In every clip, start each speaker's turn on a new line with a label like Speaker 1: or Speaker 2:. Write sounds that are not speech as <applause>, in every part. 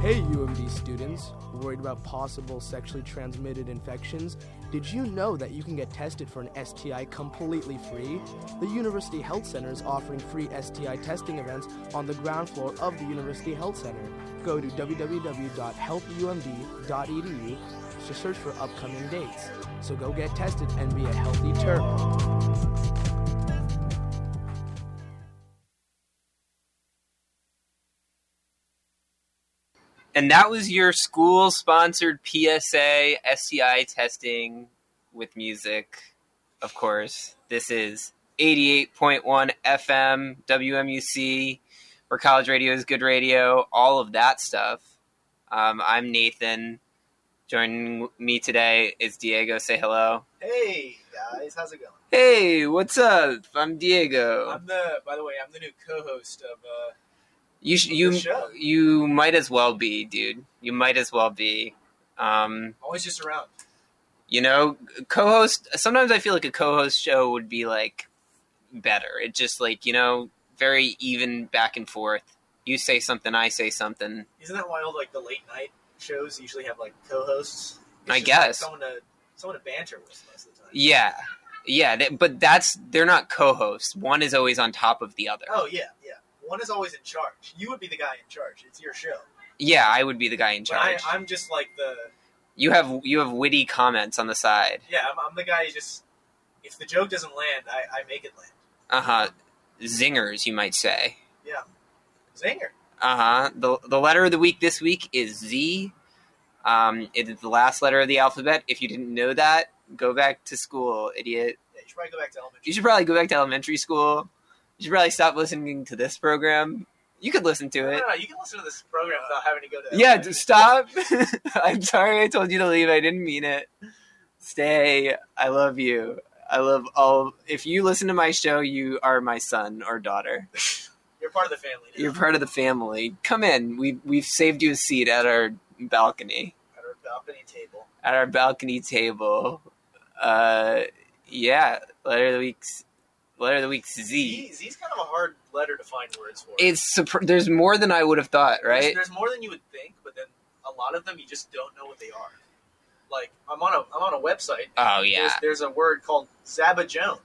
Speaker 1: Hey, UMD students, worried about possible sexually transmitted infections? Did you know that you can get tested for an STI completely free? The University Health Center is offering free STI testing events on the ground floor of the University Health Center. Go to www.helpumd.edu E to search for upcoming dates. So go get tested and be a healthy turtle.
Speaker 2: And that was your school sponsored PSA STI testing with music. Of course, this is 88.1 FM, WMUC, where college radio is good radio, all of that stuff. Um, I'm Nathan. Joining me today is Diego. Say hello.
Speaker 3: Hey guys, how's it going?
Speaker 2: Hey, what's up? I'm Diego.
Speaker 3: I'm the. By the way, I'm the new co-host of. Uh,
Speaker 2: You sh-
Speaker 3: Good
Speaker 2: you
Speaker 3: show.
Speaker 2: you might as well be, dude. You might as well be. Um,
Speaker 3: always just around.
Speaker 2: you know, co-host. Sometimes I feel like a co-host show would be like better. It just like you know, very even back and forth. You say something, I say something.
Speaker 3: Isn't that wild? Like the late night shows usually have like co-hosts. It's
Speaker 2: I
Speaker 3: just,
Speaker 2: guess.
Speaker 3: like, someone to someone to banter with most of the time.
Speaker 2: Yeah, yeah. That, but that's they're not co-hosts. One is always on top of the other.
Speaker 3: Oh yeah, yeah. One is always in charge. You would be the guy in charge. It's your show.
Speaker 2: Yeah, I would be the guy in
Speaker 3: But I,
Speaker 2: charge.
Speaker 3: I'm just like the.
Speaker 2: you have you have witty comments on the side.
Speaker 3: Yeah, I'm, I'm the guy who just. If the joke doesn't land, I, I make it land.
Speaker 2: Uh huh. Zingers, you might say.
Speaker 3: Zinger.
Speaker 2: Uh huh. The, the letter of the week this week is Z. Um, it is the last letter of the alphabet. If you didn't know that, go back to school, idiot.
Speaker 3: Yeah, you should probably go back to elementary.
Speaker 2: You should probably go back to elementary school. You should probably stop listening to this program. You could listen to
Speaker 3: No,
Speaker 2: it.
Speaker 3: no, no, you can listen to this program without having to go to.
Speaker 2: Yeah,
Speaker 3: elementary.
Speaker 2: just stop. <laughs> I'm sorry I told you to leave. I didn't mean it. Stay. I love you. I love all. If you listen to my show, you are my son or daughter.
Speaker 3: You're part of the family. Now.
Speaker 2: You're part of the family. Come in. We we've saved you a seat at our balcony.
Speaker 3: at our balcony table.
Speaker 2: at our balcony table. Uh, yeah, letter of the week's letter of the week's Z.
Speaker 3: Z, Z's kind of a hard letter to find words for.
Speaker 2: It's surpr- there's more than I would have thought,
Speaker 3: There's-
Speaker 2: right?
Speaker 3: There's, more than you would think, but then a lot of them you just don't know what they are. Like I'm on a I'm on a website.
Speaker 2: Oh
Speaker 3: There's,
Speaker 2: yeah,
Speaker 3: there's a word called Zabajone.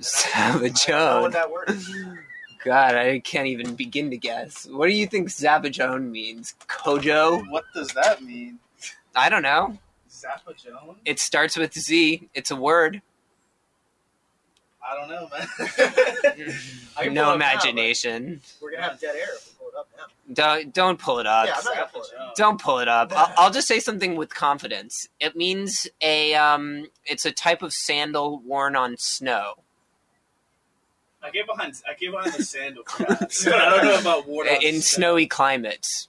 Speaker 2: Savage
Speaker 3: I don't know what
Speaker 2: Own.
Speaker 3: that word is.
Speaker 2: <laughs> God, I can't even begin to guess. What do you think Savage Own means? Kojo?
Speaker 4: What does that mean?
Speaker 2: I don't know.
Speaker 4: Zapajone?
Speaker 2: It starts with Z. It's a word.
Speaker 4: I don't know, man.
Speaker 3: <laughs> I can
Speaker 2: No
Speaker 3: pull it up now, but
Speaker 2: imagination.
Speaker 3: we're gonna have dead air if we pull it up now.
Speaker 2: Don't don't pull it up.
Speaker 3: yeah, I'm not gonna pull it up.
Speaker 2: Don't pull it up. I'll, I'll just say something with confidence. It means a um, it's a type of sandal worn on snow.
Speaker 4: I get behind. I get behind the
Speaker 2: <laughs>
Speaker 4: sandal. Perhaps. I don't know about water
Speaker 2: in snowy climates.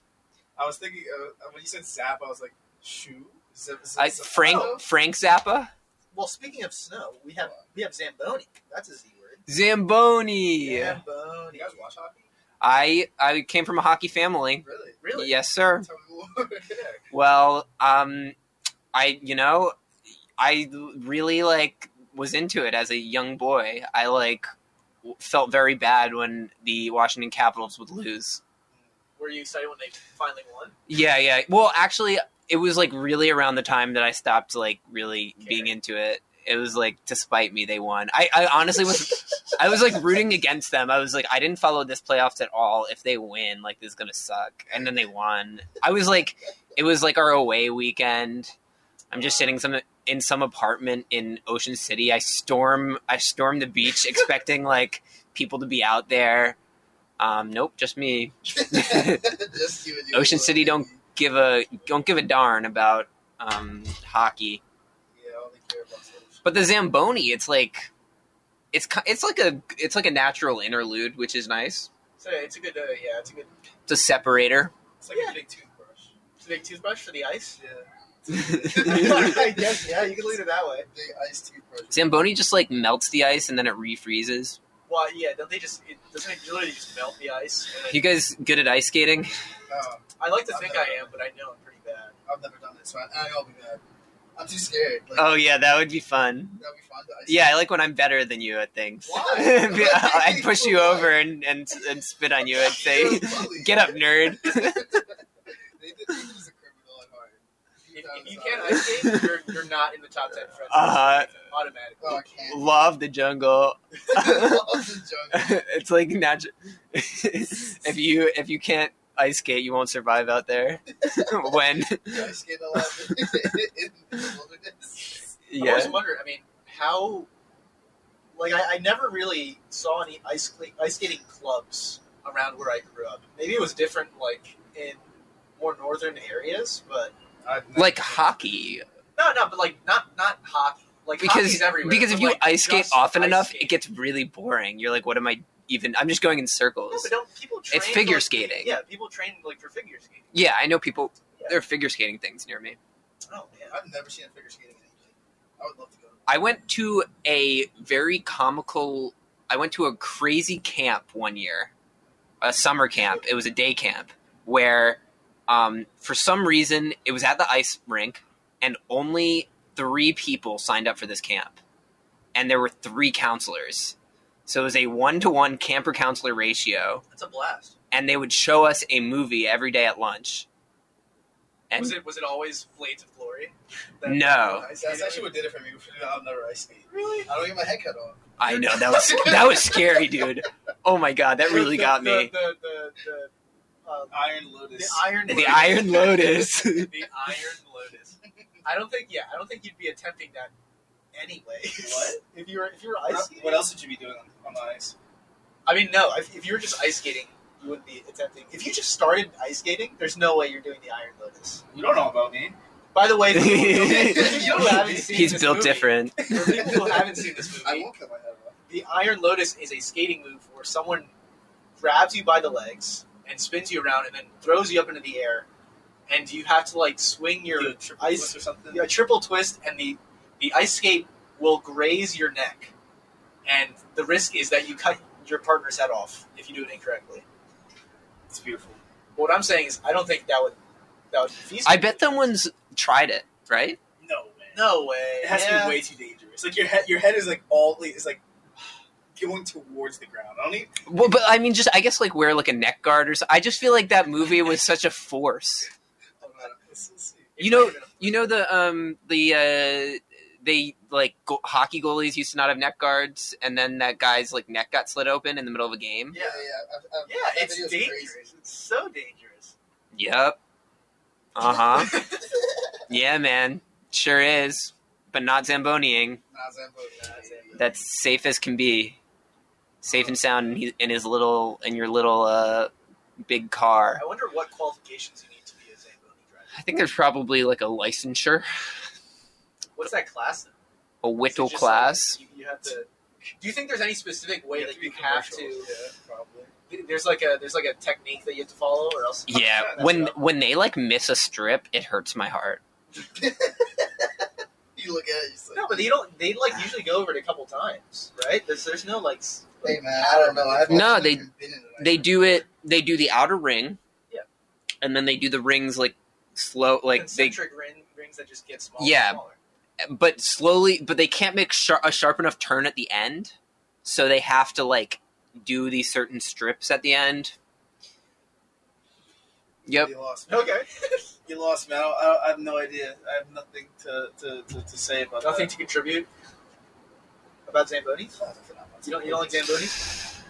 Speaker 4: I was thinking uh, when you said zap, I was like shoe. Zip, zip,
Speaker 2: I,
Speaker 4: zip.
Speaker 2: Frank
Speaker 4: Oh,
Speaker 2: Frank Zappa,
Speaker 3: Well, speaking of snow, we have we have Zamboni. That's a Z word.
Speaker 2: Zamboni.
Speaker 4: you
Speaker 3: Zamboni.
Speaker 4: guys watch hockey?
Speaker 2: I I came from a hockey family.
Speaker 4: Really?
Speaker 3: Really?
Speaker 2: Yes, sir.
Speaker 4: Tell me more. <laughs>
Speaker 2: Well, um, I you know, I really like was into it as a young boy. I like w- felt very bad when the Washington Capitals would lose.
Speaker 3: Were you excited when they finally won?
Speaker 2: Yeah, yeah. Well, actually, it was like really around the time that I stopped like really being into it. It was like, despite me, they won. I, I honestly was, I was like rooting against them. I was like, I didn't follow this playoffs at all. If they win, like this is gonna suck. And then they won. I was like, it was like our away weekend. I'm just sitting some in some apartment in Ocean City. I storm, I storm the beach, expecting like people to be out there. Um, nope, just me
Speaker 4: <laughs> Just you and your
Speaker 2: Ocean
Speaker 4: boy.
Speaker 2: City don't- give a don't give a darn about um, hockey.
Speaker 4: Yeah, I only care about sandals.
Speaker 2: But the Zamboni, it's like it's ki- it's like a it's like a natural interlude, which is nice.
Speaker 3: So it's a good. Uh, yeah, it's a good.
Speaker 2: It's a <laughs> separator.
Speaker 4: It's like
Speaker 3: Yeah.
Speaker 4: a big toothbrush.
Speaker 3: It's a big toothbrush for the ice. <laughs>
Speaker 4: I guess yeah, you can leave it
Speaker 3: that way.
Speaker 4: big ice toothbrush.
Speaker 2: Zamboni just like melts the ice and then it refreezes.
Speaker 3: Well, yeah, don't they just? It, doesn't it literally just melt the ice? And then-
Speaker 2: You guys good at ice skating?
Speaker 5: Oh,
Speaker 4: No,
Speaker 3: I like to think I am, but I know I'm pretty bad.
Speaker 4: I've never done it, so I, I'll be bad. I'm too scared. Like,
Speaker 2: Oh yeah, that would be fun.
Speaker 4: that'd be fun. To
Speaker 5: <laughs>
Speaker 4: ice
Speaker 2: Yeah, I like when I'm better than you at things.
Speaker 4: Why?
Speaker 2: <laughs> I'd push you
Speaker 5: <laughs>
Speaker 2: over and, and and spit on you and say,
Speaker 4: You're a bully.
Speaker 2: "Get up, nerd."
Speaker 4: They did-
Speaker 3: If you can't ice skate, you're,
Speaker 4: <laughs>
Speaker 3: you're not in the top ten friends.
Speaker 2: <laughs> Uh,
Speaker 3: automatically.
Speaker 5: Oh, I
Speaker 2: <laughs>
Speaker 5: can't. <laughs>
Speaker 2: Love the jungle. <laughs>
Speaker 5: Love the jungle.
Speaker 2: it's like natural. <laughs> if you if you can't ice skate, you won't survive out there. <laughs> when
Speaker 5: I skate a lot <laughs> in the wilderness.
Speaker 3: I
Speaker 2: yeah,
Speaker 3: always wonder. I mean, how? Like, I, I never really saw any ice cl- ice skating clubs around where I grew up. Maybe it was different, like in more northern areas, but
Speaker 4: I've never-
Speaker 2: like hockey
Speaker 3: no, no, but like not not hockey. Like
Speaker 2: because
Speaker 3: hockey's everywhere.
Speaker 2: because if
Speaker 3: but,
Speaker 2: you
Speaker 3: like,
Speaker 2: ice skate
Speaker 3: just
Speaker 2: often
Speaker 3: ice
Speaker 2: enough,
Speaker 3: skating.
Speaker 2: it gets really boring. You're like, what am I even? I'm just going in
Speaker 3: No,
Speaker 2: circles.
Speaker 3: but don't people train?
Speaker 2: It's figure
Speaker 3: like,
Speaker 2: skating.
Speaker 3: Yeah, people train like for figure skating.
Speaker 2: Yeah, I know people. There are figure skating things near me.
Speaker 3: Oh man,
Speaker 5: I've never seen a figure skating in England. I would love to go.
Speaker 2: I went to a very comical. I went to a crazy camp one year, a summer camp. It was a day camp where, um, for some reason, it was at the ice rink, and only three people signed up for this camp, and there were three counselors. So it was a one to one camper counselor ratio,
Speaker 3: that's a blast.
Speaker 2: and they would show us a movie every day at lunch. And
Speaker 3: was it was it always Blades of Glory?
Speaker 2: No.
Speaker 5: That's actually what did it for me. I'll never ice skate.
Speaker 3: really.
Speaker 5: I don't get my head cut off.
Speaker 2: I know that was that was scary, dude. Oh my god, that really
Speaker 3: The-
Speaker 2: got
Speaker 3: the-
Speaker 2: me.
Speaker 3: The the, the, uh,
Speaker 4: Iron Lotus.
Speaker 3: the iron
Speaker 2: The Iron
Speaker 3: <laughs>
Speaker 2: Lotus.
Speaker 3: the Iron Lotus. I don't think. Yeah, I don't think you'd be attempting that anyway.
Speaker 4: What?
Speaker 3: <laughs> if you were if you were
Speaker 4: What
Speaker 3: ice
Speaker 4: el-
Speaker 3: skating?
Speaker 4: What else would you be doing on, on the ice?
Speaker 3: I mean, no. If, if you were just ice skating, you wouldn't be attempting. If you just started ice skating, there's no way you're doing the Iron Lotus.
Speaker 4: You don't know about me.
Speaker 3: By the way, for
Speaker 2: <laughs>
Speaker 3: people who haven't seen
Speaker 2: He's
Speaker 3: this
Speaker 2: built
Speaker 3: movie- <laughs>
Speaker 2: different.
Speaker 3: For <laughs> people who haven't seen this
Speaker 5: <laughs> I
Speaker 3: movie,
Speaker 5: won't cut my head off.
Speaker 3: the Iron Lotus is a skating move where someone grabs you by the legs and spins you around and then throws you up into the air, and you have to like swing your
Speaker 4: Do a triple
Speaker 3: ice-
Speaker 4: twist or something.
Speaker 3: a triple twist and the the ice skate will graze your neck and the risk is that you cut your partner's head off if you do it incorrectly
Speaker 4: It's beautiful.
Speaker 3: but what i'm saying is i don't think that would that would be feasible
Speaker 2: I bet someone's tried it, right?
Speaker 4: No way.
Speaker 3: no way
Speaker 4: It has
Speaker 3: yeah.
Speaker 4: to be way too dangerous. Like your head, your head is like all is like going towards the ground. I don't need.
Speaker 2: Well, but I mean, just I guess like wear like a neck guard or something. I just feel like that movie was such a force.
Speaker 5: Hold on. Let's, let's see.
Speaker 2: You know, you know the um the uh they like go- hockey goalies used to not have neck guards, and then that guy's like neck got slit open in the middle of a game.
Speaker 5: Yeah, yeah. I've, I've,
Speaker 3: yeah
Speaker 5: that
Speaker 3: it's
Speaker 5: video's
Speaker 3: dangerous
Speaker 5: crazy.
Speaker 3: it's so dangerous
Speaker 2: Yep. Uh huh.
Speaker 3: <laughs>
Speaker 2: yeah, man. Sure is, but not zamboning.
Speaker 5: Nah, Zambo, nah, Zambo.
Speaker 2: that's safe as can be, safe and sound in, his- in his little in your little uh, big car.
Speaker 3: i wonder what qualifications you need to be a zamboni driver
Speaker 2: I think there's probably like a licensure,
Speaker 3: what's that class then?
Speaker 2: a
Speaker 3: Is it
Speaker 2: whittle
Speaker 3: just, like,
Speaker 2: class.
Speaker 3: you, you have to do you think there's any specific way
Speaker 5: You have
Speaker 3: that
Speaker 5: to be
Speaker 3: you have to
Speaker 5: commercial. probably.
Speaker 3: there's like a there's like a technique that you have to follow or else <laughs>
Speaker 2: yeah,
Speaker 4: that's
Speaker 2: when
Speaker 4: rough.
Speaker 2: when they like miss a strip, it hurts my heart.
Speaker 5: You look at it, it's like,
Speaker 3: No, but they don't. They like usually go over it a couple times, right? There's there's no like. s-
Speaker 5: hey man, I don't know. I've
Speaker 2: No,
Speaker 5: actually
Speaker 2: they-
Speaker 5: been in an ice
Speaker 2: They
Speaker 5: rink
Speaker 2: do it. They do the outer ring.
Speaker 3: Yeah.
Speaker 2: And then they do the rings like slow, like they,
Speaker 3: concentric ring, rings that just get smaller.
Speaker 2: Yeah.
Speaker 3: and smaller.
Speaker 2: but slowly. But they can't make shar a sharp enough turn at the end, so they have to like do these certain strips at the end. Yep.
Speaker 4: You lost me.
Speaker 3: Okay.
Speaker 4: <laughs> You lost me. I, don't, I, don't- I have no idea. I have nothing to, to, to, to say about
Speaker 3: Nothing
Speaker 4: that.
Speaker 3: to contribute about zambonis.
Speaker 5: for a phenomenon.
Speaker 3: You don't you don't like zambonis?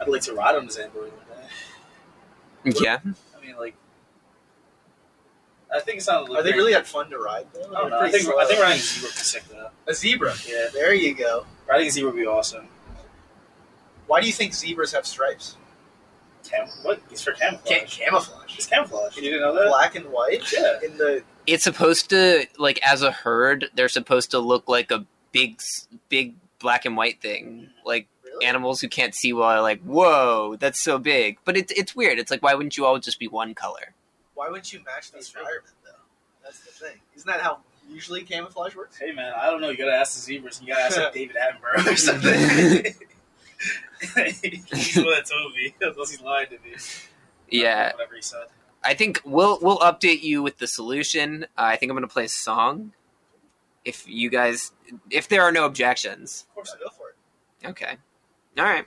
Speaker 4: I'd like to ride on the Zamboni one day.
Speaker 2: Yeah.
Speaker 4: I mean, like, I think it sounded.
Speaker 3: Are they really that fun to ride? Though?
Speaker 4: I don't know.
Speaker 3: They're
Speaker 4: I think,
Speaker 3: pretty
Speaker 4: I think
Speaker 3: slow.
Speaker 4: riding zebra would be sick though.
Speaker 3: a zebra.
Speaker 4: Yeah,
Speaker 3: There you go.
Speaker 4: riding zebra would be awesome.
Speaker 3: Why do you think zebras have stripes?
Speaker 4: Cam- what? It's for camouflage.
Speaker 3: Can't camouflage.
Speaker 4: It's camouflage. You didn't know that?
Speaker 3: Black and white.
Speaker 4: Yeah.
Speaker 3: In the
Speaker 2: it's supposed to like as a herd they're supposed to look like a big s- big black and white thing like
Speaker 3: really?
Speaker 2: animals who can't see well are like whoa that's so big but it's it's weird it's like why wouldn't you all just be one color
Speaker 3: Why wouldn't you match the
Speaker 4: That's right.
Speaker 3: environment though? That's the thing. Isn't that how usually camouflage works?
Speaker 4: Hey man, I don't know. You gotta ask the zebras. You gotta <laughs> ask like David Attenborough or something. <laughs> he's the one that told me. <laughs> Unless he's lying to me.
Speaker 2: yeah
Speaker 4: Whatever he said.
Speaker 2: i think we'll we'll update you with the solution uh, i think i'm gonna play a song if you guys if there are no objections
Speaker 3: Of course, go for it.
Speaker 2: okay all right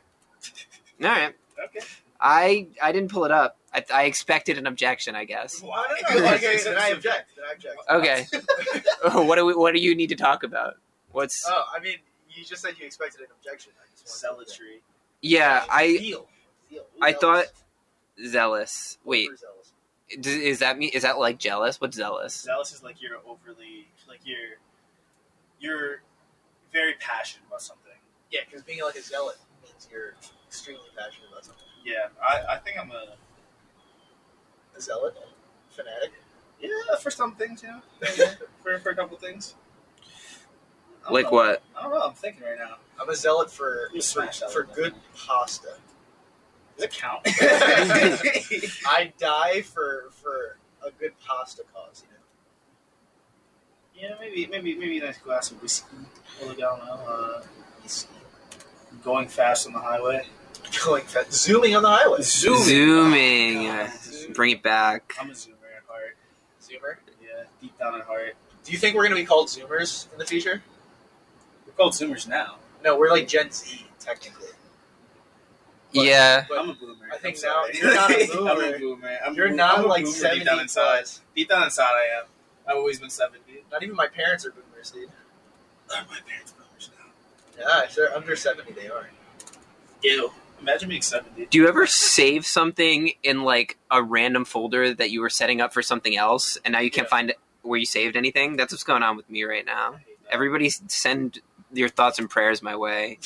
Speaker 2: all right
Speaker 4: Okay.
Speaker 2: I I didn't pull it up. I, I expected an objection, I guess.
Speaker 3: Why?
Speaker 4: <laughs> Why?
Speaker 3: No, no, no,
Speaker 4: Okay,
Speaker 3: okay,
Speaker 4: so
Speaker 3: then I
Speaker 4: <laughs> it's-
Speaker 3: object. Then I object.
Speaker 2: Okay. <laughs> what do we, What do you need to talk about? What's
Speaker 3: Oh, I mean, you just said you expected an objection. I just wanted to-
Speaker 4: Zealotry.
Speaker 2: yeah? I
Speaker 3: Feel. Feel. Who
Speaker 2: I
Speaker 3: knows?
Speaker 2: thought- does Wait,
Speaker 3: Overzealous.
Speaker 2: d- is that me? Is that like jealous? What's zealous?
Speaker 4: Zealous is like you're overly, like you're, you're very passionate about something.
Speaker 3: Yeah, because being like a zealot means you're extremely passionate about something.
Speaker 4: Yeah, I, I think I'm a
Speaker 3: A zealot, fanatic.
Speaker 4: yeah for some things, you know, for, for a couple things. I don't
Speaker 2: Like
Speaker 4: know.
Speaker 2: what?
Speaker 4: I don't know. I'm thinking right now.
Speaker 3: I'm a zealot for
Speaker 4: You're a
Speaker 3: for,
Speaker 4: smash zealot,
Speaker 3: for
Speaker 4: man.
Speaker 3: good pasta.
Speaker 4: Does it count?
Speaker 3: I die for for a good pasta cause. You know.
Speaker 4: <laughs> yeah, maybe, maybe, maybe a nice glass of whiskey. Well, I don't know. Uh, going fast on the <laughs> highway.
Speaker 3: Going fast, zooming on the highway.
Speaker 4: Zooming.
Speaker 2: Zooming.
Speaker 4: Oh, God.
Speaker 2: Bring it back.
Speaker 4: I'm a zoomer at heart.
Speaker 3: Zoomer.
Speaker 4: Yeah, deep down at heart.
Speaker 3: Do you think we're gonna be called zoomers in the future?
Speaker 4: We're called zoomers now.
Speaker 3: No, we're like Gen Z technically. But-
Speaker 2: Yeah.
Speaker 3: But
Speaker 4: I'm a boomer.
Speaker 3: I think
Speaker 4: I'm
Speaker 3: now-
Speaker 4: sorry.
Speaker 3: you're not a
Speaker 4: <laughs> I'm
Speaker 3: boomer.
Speaker 4: a boomer. I'm
Speaker 3: you're
Speaker 4: a boomer.
Speaker 3: not
Speaker 4: I'm a
Speaker 3: like
Speaker 4: boomer
Speaker 3: seventy
Speaker 4: Deep down inside,
Speaker 3: plus.
Speaker 4: deep down inside, I am. I've always been seventy.
Speaker 3: Not even my parents are boomers, dude.
Speaker 4: Are my parents boomers now?
Speaker 3: Yeah, if they're under seventy, they are.
Speaker 4: Ew. Imagine being seventy.
Speaker 2: Do you ever save something in like a random folder that you were setting up for something else, and now you can't
Speaker 4: Yeah.
Speaker 2: find where you saved anything? That's what's going on with me right now.
Speaker 4: I hate that.
Speaker 2: Everybody, s- send your thoughts and prayers my way.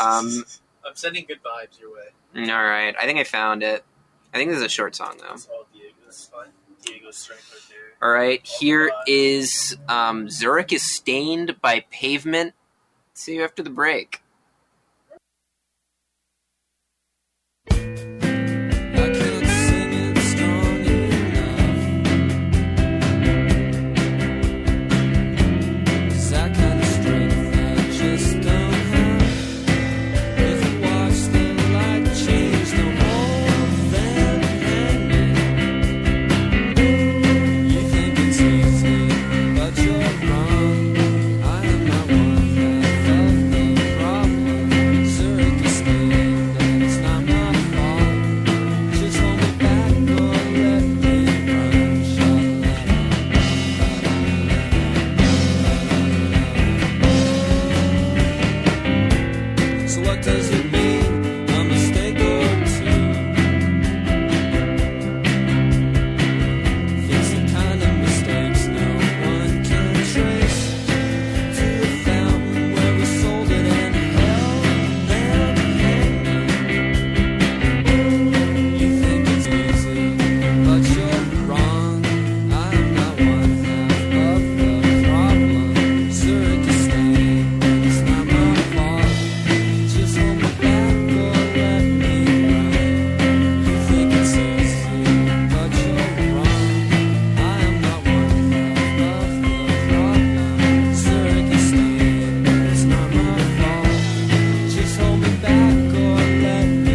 Speaker 2: Um,
Speaker 3: I'm sending good vibes your way.
Speaker 2: All right, I think I found it. I think this is a short song though.
Speaker 4: That's all Diego's fun. Diego's strength right there.
Speaker 2: All right, here
Speaker 4: God.
Speaker 2: is um, Zurich is stained by pavement. See you after the break.
Speaker 6: Just hold me back or let me run shot. So what does it mean? A mistake or two? It's the kind of mistakes no one can trace to the fountain where we sold it and held them hanging. You think it's easy, but you're wrong. I'm not one half of the problem. Zurich is staying, it's not my fault. Just hold me back or let me run. You think it's easy, but you're wrong. I am not one half of the problem. Zurich is staying, it's not my fault. Just hold me back or let me run.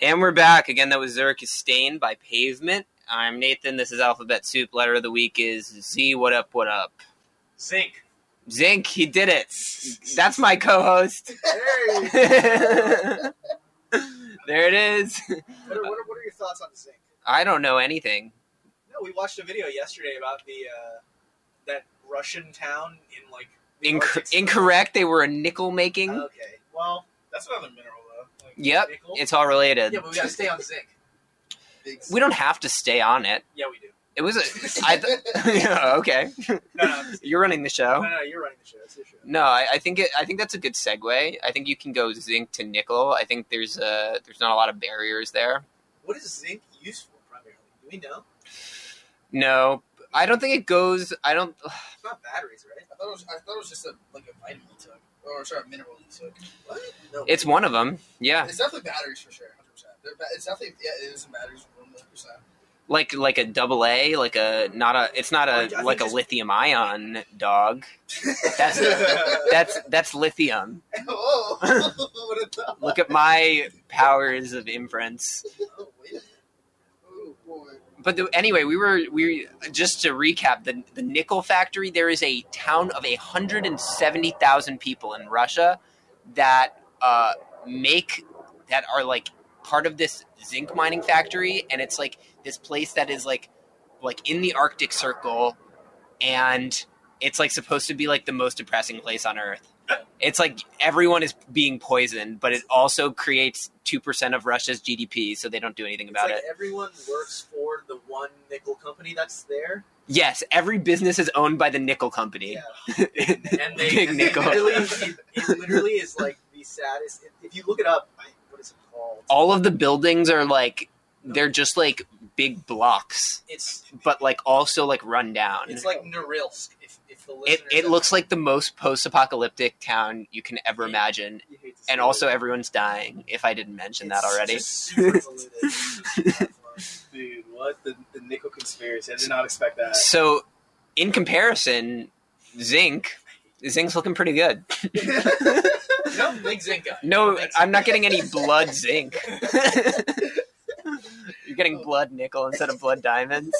Speaker 2: And we're back again. That was Zurich is stained by pavement. I'm Nathan. This is Alphabet Soup. Letter of the week is Z. What up? What up?
Speaker 4: Zinc.
Speaker 2: Zinc. He did it. That's my co-host. <laughs> there it is.
Speaker 3: What are, what, are, what are your thoughts on zinc?
Speaker 2: I don't know anything.
Speaker 3: No, we watched a video yesterday about the uh, that Russian town in like the Arctic
Speaker 2: Inc-
Speaker 3: Circle.
Speaker 2: incorrect. They were a nickel making.
Speaker 4: Oh,
Speaker 3: Okay, well,
Speaker 4: That's another mineral though. Like,
Speaker 2: yep,
Speaker 3: nickel?
Speaker 2: it's all related.
Speaker 3: yeah, but we gotta stay on zinc.
Speaker 2: <laughs>
Speaker 5: Big
Speaker 2: we don't have to stay on it.
Speaker 3: Yeah, we do.
Speaker 2: It was a. I th- <laughs> yeah, okay.
Speaker 3: No, no, I'm just-
Speaker 2: You're running the
Speaker 3: no,
Speaker 2: show.
Speaker 3: no, you're running the show. That's your show.
Speaker 2: No, I, I think it, I think that's a good segue. I think you can go zinc to nickel. I think there's uh there's not a lot of barriers there.
Speaker 3: What is zinc used for primarily? Do we know?
Speaker 2: No, I don't think it goes. I don't.
Speaker 3: It's not batteries, right?
Speaker 5: I thought it was, I thought it was just a, like a vitamin
Speaker 4: E
Speaker 5: you took, or sorry, a mineral you took.
Speaker 3: What? No.
Speaker 2: It's one of them. Yeah,
Speaker 5: It's definitely batteries for sure, hundred percent. It's definitely yeah, it is batteries, one hundred percent.
Speaker 2: like like a double A, like a not a it's not
Speaker 4: I
Speaker 2: a
Speaker 4: think
Speaker 2: like a
Speaker 4: it's-
Speaker 2: lithium ion dog.
Speaker 3: <laughs>
Speaker 2: That's that's that's lithium.
Speaker 5: Whoa! what a thought.
Speaker 2: Look at my powers of inference.
Speaker 5: Oh, wait. Oh, boy.
Speaker 2: But the, anyway, we were we just to recap the the nickel factory. There is a town of hundred and seventy thousand people in Russia that uh, make that are like part of this zinc mining factory, and it's like this place that is like like in the Arctic Circle, and it's like supposed to be like the most depressing place on earth. It's like everyone is being poisoned, but it also creates two percent of Russia's GDP, so they don't do anything
Speaker 3: It's
Speaker 2: about
Speaker 3: like
Speaker 2: it.
Speaker 3: everyone works for the one nickel company that's there.
Speaker 2: Yes, every business is owned by the nickel company. <laughs>
Speaker 3: and they
Speaker 2: Big
Speaker 3: it <laughs>
Speaker 2: nickel.
Speaker 3: Literally, it, it literally is like the saddest. If, if you look it up, I, what is it called?
Speaker 2: All of the buildings are like they're just like big blocks,
Speaker 3: It's
Speaker 2: but like also like run down.
Speaker 3: it's like Norilsk. If, if the
Speaker 2: it
Speaker 3: listeners
Speaker 2: it
Speaker 3: have-
Speaker 2: looks like the most post-apocalyptic town you can ever imagine,
Speaker 4: You hate to see
Speaker 2: and
Speaker 4: it.
Speaker 2: also everyone's dying. If I didn't mention that
Speaker 3: It's
Speaker 2: already,
Speaker 3: just super diluted.
Speaker 4: dude, what the, the nickel conspiracy? I did not
Speaker 3: <laughs>
Speaker 4: expect that.
Speaker 2: so in comparison, zinc, zinc's looking pretty good.
Speaker 3: no, big Zinka.
Speaker 2: No, I'm not getting any blood
Speaker 3: <laughs>
Speaker 2: zinc. You're getting blood nickel instead of blood
Speaker 3: <laughs>
Speaker 2: diamonds.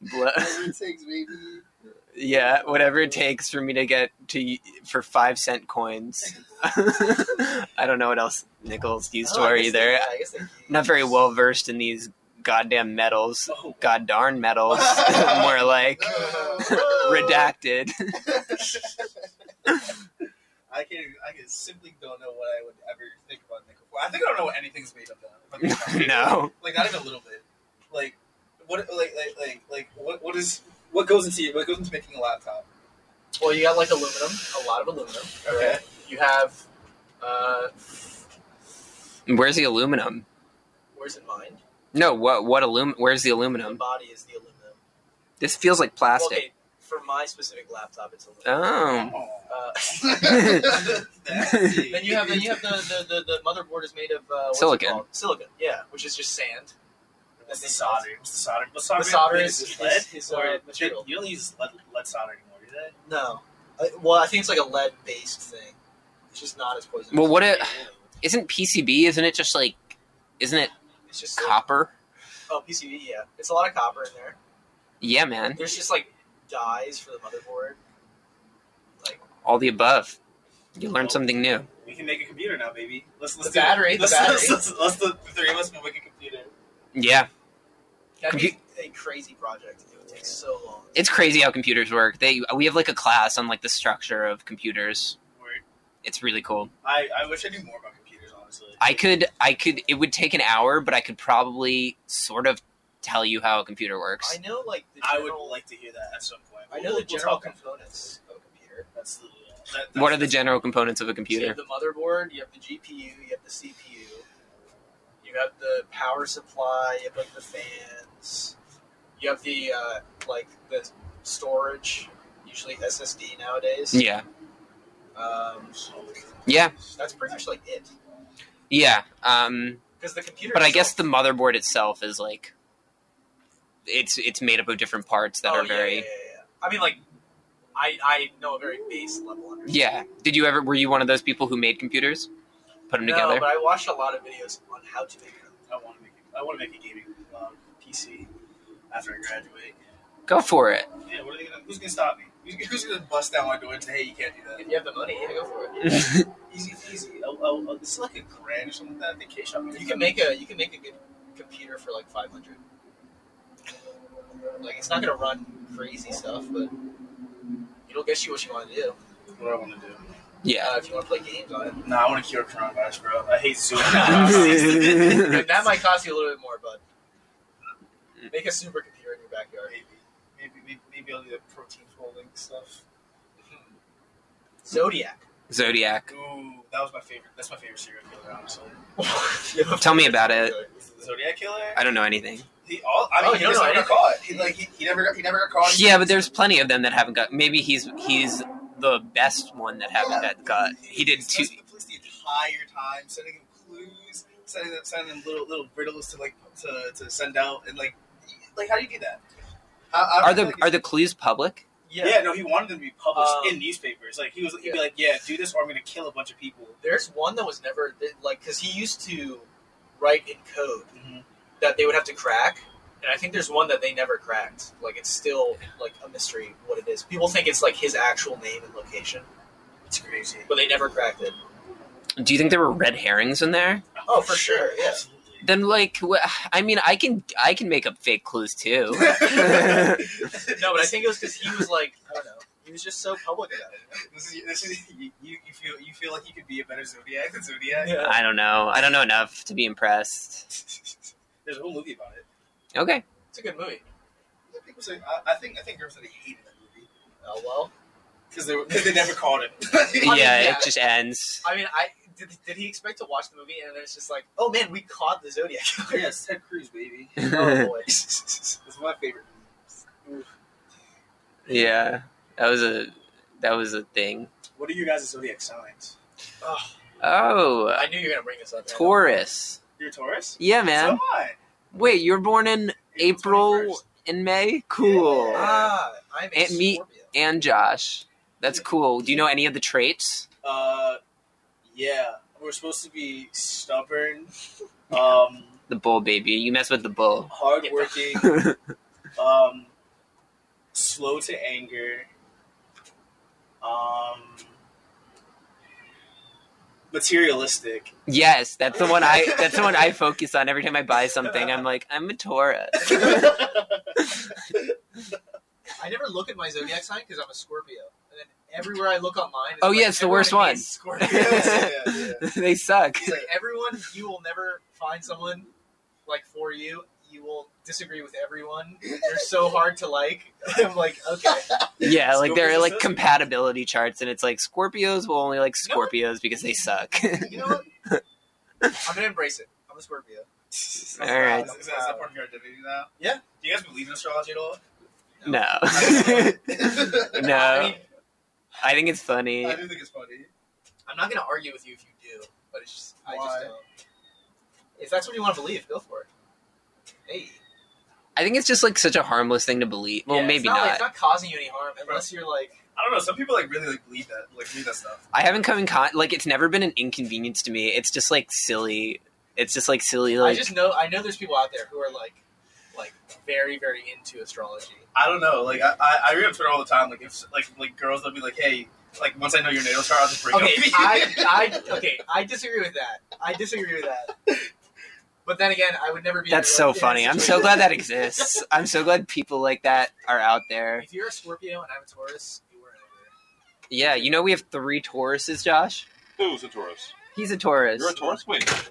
Speaker 2: blood,
Speaker 5: Whatever it takes, baby.
Speaker 7: <laughs>
Speaker 2: yeah, whatever it takes for me to get to y- for five cent coins. <laughs> I don't know what else nickel's used
Speaker 3: Oh, I
Speaker 2: for
Speaker 3: guess they-
Speaker 2: either.
Speaker 3: I guess they-
Speaker 2: Not very well versed in these goddamn metals.
Speaker 4: Oh,
Speaker 2: God darn
Speaker 3: <laughs>
Speaker 2: metals, more like redacted. <laughs>
Speaker 4: I can I can simply don't know what I would ever think about nickel. Well, I think I don't know what anything's made of now. if I'm
Speaker 3: <laughs>
Speaker 4: being honest.
Speaker 2: no,
Speaker 4: like not even a little bit. Like what? Like like like like what? What is what goes into what goes into making a laptop?
Speaker 3: Well, you got like aluminum, a lot of aluminum.
Speaker 4: Okay.
Speaker 3: right? You have, uh,
Speaker 2: where's the aluminum?
Speaker 3: where's it mined?
Speaker 2: No, what what alum? Where's the
Speaker 3: The
Speaker 2: aluminum?
Speaker 3: body is the aluminum.
Speaker 2: This feels like
Speaker 3: Well,
Speaker 2: plastic.
Speaker 3: okay, for my specific laptop, it's aluminum.
Speaker 2: Oh.
Speaker 3: <laughs> Uh,
Speaker 4: That's-
Speaker 3: then you have then you have the the, the, the motherboard is made of uh, what's it
Speaker 2: Silicon.
Speaker 3: called? Silicon, yeah, which is just sand.
Speaker 4: That's the solder. It's the solder. Well, solder
Speaker 3: The solder
Speaker 4: is,
Speaker 3: is,
Speaker 4: is
Speaker 3: is,
Speaker 4: lead.
Speaker 3: is,
Speaker 4: or
Speaker 3: uh, material.
Speaker 4: You don't use lead, lead solder anymore, do they?
Speaker 3: No, I, well, I think it's like a lead based thing. It's just not as poisonous.
Speaker 2: Well, what it- Isn't PCB? Isn't it just like? Isn't it
Speaker 3: It's just
Speaker 2: copper?
Speaker 3: Oh, PCB, yeah. It's a lot of copper in there.
Speaker 2: Yeah, man.
Speaker 3: There's just like dyes for the motherboard. Like
Speaker 2: All the above. You learn something new.
Speaker 4: We can make a computer now, baby. Let's let's
Speaker 3: The
Speaker 4: do it.
Speaker 3: battery, the
Speaker 4: Let's, <laughs>
Speaker 3: battery.
Speaker 4: Let's, let's, let's the three of us will make a computer.
Speaker 2: Yeah,
Speaker 3: that'd be
Speaker 2: Compu-
Speaker 3: a crazy project. It would take so long.
Speaker 2: it's crazy how computers work. They we have like a class on like the structure of computers.
Speaker 4: Word.
Speaker 2: It's really cool.
Speaker 4: I, I wish I knew more about computers, honestly.
Speaker 2: I could I could it would take an hour, but I could probably sort of tell you how a computer works.
Speaker 3: I know, like the
Speaker 4: I
Speaker 3: general,
Speaker 4: would like to hear that at some point.
Speaker 3: I know
Speaker 4: We'll-
Speaker 3: the
Speaker 4: we'll
Speaker 3: general
Speaker 4: talk.
Speaker 3: components of a computer.
Speaker 4: That's the, that, that's
Speaker 2: What are the general components of a
Speaker 3: So you
Speaker 2: computer?
Speaker 3: have the motherboard, you have the GPU, you have the CPU, you have the power supply, you have like the fans, you have the uh, like the storage, usually SSD nowadays.
Speaker 2: Yeah.
Speaker 3: Um,
Speaker 2: Yeah.
Speaker 3: that's pretty much like it.
Speaker 2: Yeah. Um
Speaker 3: Because the computer.
Speaker 2: but I
Speaker 3: itself-
Speaker 2: guess the motherboard itself is like it's it's made up of different parts that
Speaker 3: Oh,
Speaker 2: are
Speaker 3: yeah,
Speaker 2: very
Speaker 3: yeah, yeah, yeah. I mean, like, I I know a very base level understanding.
Speaker 2: Yeah. Did you ever? Were you one of those people who made computers, put them
Speaker 3: No,
Speaker 2: together?
Speaker 3: but I watched a lot of videos on how to make them.
Speaker 4: I want to make a, I want to make a gaming um, PC after I graduate.
Speaker 2: Go for it.
Speaker 4: Yeah, what are they gonna, who's gonna stop me? Who's, who's gonna bust down my door and say, "Hey, you can't do that"?
Speaker 3: If you have the money, yeah, go for it.
Speaker 4: Easy, easy. Oh, oh, oh, this is like a grand or something like that. They cash out.
Speaker 3: You can make a you can make a good computer for like five hundred. Like it's not gonna run crazy stuff, but it'll get you what you want to do.
Speaker 4: what I want to do.
Speaker 2: yeah.
Speaker 3: Uh, if you want to play games on it,
Speaker 4: Nah, I want to cure coronavirus, bro. I
Speaker 2: <laughs>
Speaker 4: hate Zoom. <laughs>
Speaker 3: And that might cost you a little bit more, bud. Make a supercomputer in your backyard.
Speaker 4: maybe, maybe, maybe, maybe I'll do the protein folding stuff. <laughs>
Speaker 3: Zodiac.
Speaker 2: Zodiac.
Speaker 4: Ooh, that was my favorite. That's my favorite serial killer, honestly.
Speaker 2: Tell me about it.
Speaker 4: The Zodiac killer.
Speaker 2: Uh, I don't know anything.
Speaker 4: He all. I mean,
Speaker 3: Oh,
Speaker 4: he
Speaker 3: you don't
Speaker 4: just
Speaker 3: know
Speaker 4: never got
Speaker 3: anything.
Speaker 4: caught. He like he, he never got- he never got caught.
Speaker 2: Yeah, but there's plenty of them that haven't got. Maybe he's he's the best one that haven't got. got. Uh, He did
Speaker 4: He's
Speaker 2: two.
Speaker 4: messing with the police the entire time, sending him clues,
Speaker 8: sending them, sending them little little riddles to like to, to send out, and like like how do you do that? How, how-
Speaker 2: Are the
Speaker 8: like,
Speaker 2: are the clues public?
Speaker 4: Yeah. no, he wanted them to be published
Speaker 3: Um,
Speaker 4: in newspapers. Like he was, he'd be
Speaker 3: yeah.
Speaker 4: like, "Yeah, do this, or I'm going to kill a bunch of people."
Speaker 3: There's one that was never that, like because he used to write in code
Speaker 4: Mhm.
Speaker 3: that they would have to crack, and I think there's one that they never cracked. Like it's still like a mystery what it is. People think it's like his actual name and location,
Speaker 4: It's crazy.
Speaker 3: but they never
Speaker 8: <laughs>
Speaker 3: cracked it.
Speaker 2: Do you think there were red herrings in there?
Speaker 3: Oh, for sure, yeah.
Speaker 4: <laughs> absolutely.
Speaker 2: Then like, wh- I mean, I can I can make up fake clues too.
Speaker 3: <laughs> No, but I think it was because he was like I don't know. He was just so public about it.
Speaker 8: This is, this is you, you feel you feel like you could be a better Zodiac than Zodiac.
Speaker 3: Yeah.
Speaker 2: I don't know. I don't know enough to be impressed.
Speaker 4: There's a whole movie about it.
Speaker 2: Okay.
Speaker 3: It's a good movie.
Speaker 8: People say, I, I think I think girls that hated that movie
Speaker 3: Oh well.
Speaker 8: because they were- 'cause they never caught it.
Speaker 2: <laughs> Yeah,
Speaker 3: mean, yeah.
Speaker 2: it just ends.
Speaker 3: I mean, I did, did he expect to watch the movie and then it's just like, oh man, we caught the Zodiac.
Speaker 4: Yeah, it's Ted Cruz, baby.
Speaker 3: <laughs> oh boy.
Speaker 8: <laughs> it's my favorite.
Speaker 2: yeah, that was a that was a thing.
Speaker 4: What are you guys' zodiac signs?
Speaker 2: Oh,
Speaker 3: I knew you were gonna bring this up. man.
Speaker 2: Taurus.
Speaker 4: You're a Taurus.
Speaker 2: Yeah,
Speaker 4: So am
Speaker 2: man.
Speaker 4: I.
Speaker 2: Wait, you were born in April
Speaker 4: 21st.
Speaker 2: and May. Cool.
Speaker 3: Ah, I'm a
Speaker 2: And me-
Speaker 3: Scorpio.
Speaker 2: And Josh. That's cool. Do you know any of the traits?
Speaker 4: Uh, yeah, we're supposed to be
Speaker 2: <laughs>
Speaker 4: stubborn, um,
Speaker 2: The bull, baby. You mess with the
Speaker 3: <laughs>
Speaker 2: bull.
Speaker 4: hardworking, um, slow to anger, um,
Speaker 2: <laughs>
Speaker 4: materialistic. <laughs>
Speaker 2: yes, that's the one I. That's the one I focus on every time I buy something. I'm like, I'm a Taurus.
Speaker 3: <laughs>
Speaker 2: <laughs>
Speaker 3: I never look at my zodiac sign because I'm a Scorpio, and then everywhere I look online, it's
Speaker 2: Oh,
Speaker 3: like,
Speaker 2: yeah, it's the
Speaker 3: everyone
Speaker 2: worst one.
Speaker 3: hates Scorpios.
Speaker 8: yeah, yeah.
Speaker 2: they suck.
Speaker 3: it's like everyone, you will never find someone like for you. You will disagree with everyone. You're so hard to like. <laughs> I'm like, okay, <laughs>
Speaker 2: Yeah, like there
Speaker 4: Scorpios
Speaker 2: are
Speaker 4: are
Speaker 2: like
Speaker 4: sus.
Speaker 2: compatibility charts, and it's like Scorpios will only like
Speaker 3: No.
Speaker 2: Scorpios because they suck.
Speaker 3: <laughs>
Speaker 2: <laughs>
Speaker 3: you know what? I'm gonna embrace it. I'm a Scorpio.
Speaker 8: All
Speaker 2: right.
Speaker 8: Is, that- is that part of your identity now?
Speaker 3: Yeah.
Speaker 8: Do you guys believe in astrology at <laughs> all?
Speaker 2: no,
Speaker 3: <laughs> I
Speaker 2: <laughs> no,
Speaker 3: mean,
Speaker 2: I think it's funny.
Speaker 8: I do think it's funny.
Speaker 3: I'm not gonna argue with you if you do, but it's just I
Speaker 8: Why?
Speaker 3: just don't. If that's what you want to believe, go for it. Hey,
Speaker 2: I think it's just like such a harmless thing to believe. Well,
Speaker 3: Yeah, it's
Speaker 2: maybe
Speaker 3: not,
Speaker 2: not.
Speaker 3: Like, it's not causing you any harm unless you're like.
Speaker 8: I don't know. Some people like really like believe that, like believe that stuff.
Speaker 2: I haven't come in con like it's never been an inconvenience to me. It's just like silly. It's just like silly. Like
Speaker 3: I just know I know there's people out there who are like like very very into astrology.
Speaker 8: I don't know. Like I, I, I read on Twitter all the time. Like if like like girls, they'll be like, hey, like once I know your natal chart, I'll just break
Speaker 3: Okay,
Speaker 8: up. with you." <laughs>
Speaker 3: I, <laughs> I okay I disagree with that. I disagree with that. But then again, I would never be. in
Speaker 2: that's
Speaker 3: a-
Speaker 2: so
Speaker 3: in a
Speaker 2: funny. I'm so
Speaker 3: situation-
Speaker 2: glad that exists. I'm so glad people like that are out there.
Speaker 3: If you're a Scorpio and I'm a Taurus, you were over.
Speaker 2: Yeah, you know we have three Tauruses, Josh.
Speaker 7: Who's a Taurus?
Speaker 2: He's a Taurus.
Speaker 7: You're a Taurus? Wait.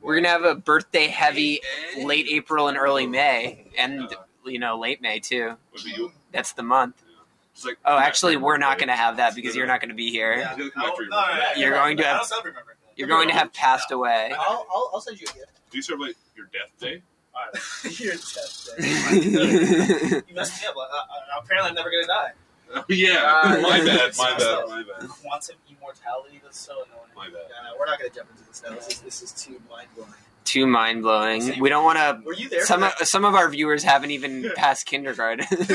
Speaker 2: We're gonna have a birthday heavy late April and
Speaker 3: Oh.
Speaker 2: early May, and you know late May too.
Speaker 7: Would be you.
Speaker 2: That's the month.
Speaker 7: Just like,
Speaker 2: Oh, actually, we're not gonna have that because you're not gonna be here.
Speaker 8: Yeah.
Speaker 7: He's gonna come
Speaker 8: No,
Speaker 7: after you.
Speaker 8: no, no, no,
Speaker 2: You're
Speaker 8: no,
Speaker 2: going to
Speaker 8: no,
Speaker 2: have-
Speaker 8: I also remember that.
Speaker 2: You're going to have passed
Speaker 3: <laughs>
Speaker 2: away. <laughs>
Speaker 3: I'll, I'll, I'll send you a gift.
Speaker 7: Do you celebrate your death day? <laughs>
Speaker 3: <laughs> You're a test day.
Speaker 8: You messed me up. Like, I, I, apparently, I'm never gonna die.
Speaker 7: Oh, yeah.
Speaker 3: Ah,
Speaker 7: <laughs> my
Speaker 3: yeah.
Speaker 7: bad. My bad. My bad.
Speaker 4: Quantum immortality. That's so annoying.
Speaker 7: My bad.
Speaker 3: No, no, we're not gonna jump into this now. This is, this is too mind blowing.
Speaker 2: Too mind blowing. We don't want to.
Speaker 3: Were you there? for
Speaker 2: Some of,
Speaker 3: that?
Speaker 2: some of our viewers haven't even
Speaker 3: <laughs>
Speaker 2: passed kindergarten. <laughs>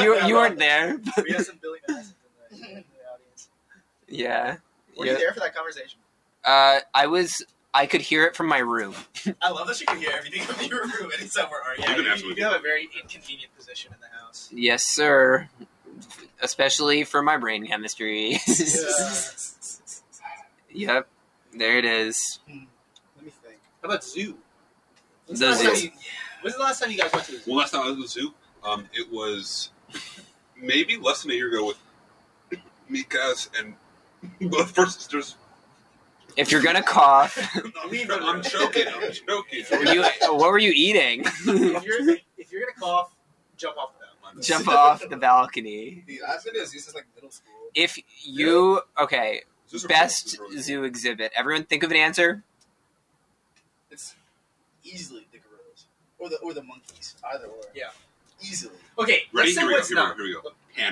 Speaker 2: you you weren't there. but-
Speaker 3: we had some Billy Madison in the, in the audience.
Speaker 2: yeah.
Speaker 3: Were
Speaker 2: Yeah.
Speaker 3: you there for that conversation?
Speaker 2: Uh, I was. I could hear it from my room.
Speaker 8: I love that you can hear everything from your room anytime we're
Speaker 7: You
Speaker 8: arguing.
Speaker 7: can
Speaker 3: you,
Speaker 7: absolutely
Speaker 3: you have a very inconvenient position in the house.
Speaker 2: Yes, sir. Especially for my brain chemistry. <laughs> yep. There it is.
Speaker 3: Let me think. How about zoo? When's
Speaker 2: The
Speaker 3: the, last time
Speaker 2: zoo.
Speaker 3: you, when's the last time you guys went to a zoo?
Speaker 7: Well, last time I was in the zoo, um, it was maybe less than a year ago with Mika's and <laughs> both her sisters.
Speaker 2: If you're gonna cough,
Speaker 7: I'm, I'm choking. I'm choking.
Speaker 2: were you, what were you eating? <laughs>
Speaker 3: if, you're, if you're gonna cough, jump off the mountain.
Speaker 7: My bad.
Speaker 2: Jump off the balcony.
Speaker 8: Dude, I've been to zoos since like middle school.
Speaker 2: If you okay,
Speaker 7: Zoos are
Speaker 2: best
Speaker 7: cool. Zoos are
Speaker 2: zoo exhibit. Everyone think of an answer.
Speaker 8: It's easily the gorillas or the or the monkeys, either or.
Speaker 3: Yeah.
Speaker 8: easily.
Speaker 3: Okay,
Speaker 7: Ready?
Speaker 3: let's say
Speaker 7: Here we go.
Speaker 3: what's
Speaker 7: Here we go.
Speaker 3: not.
Speaker 7: Here we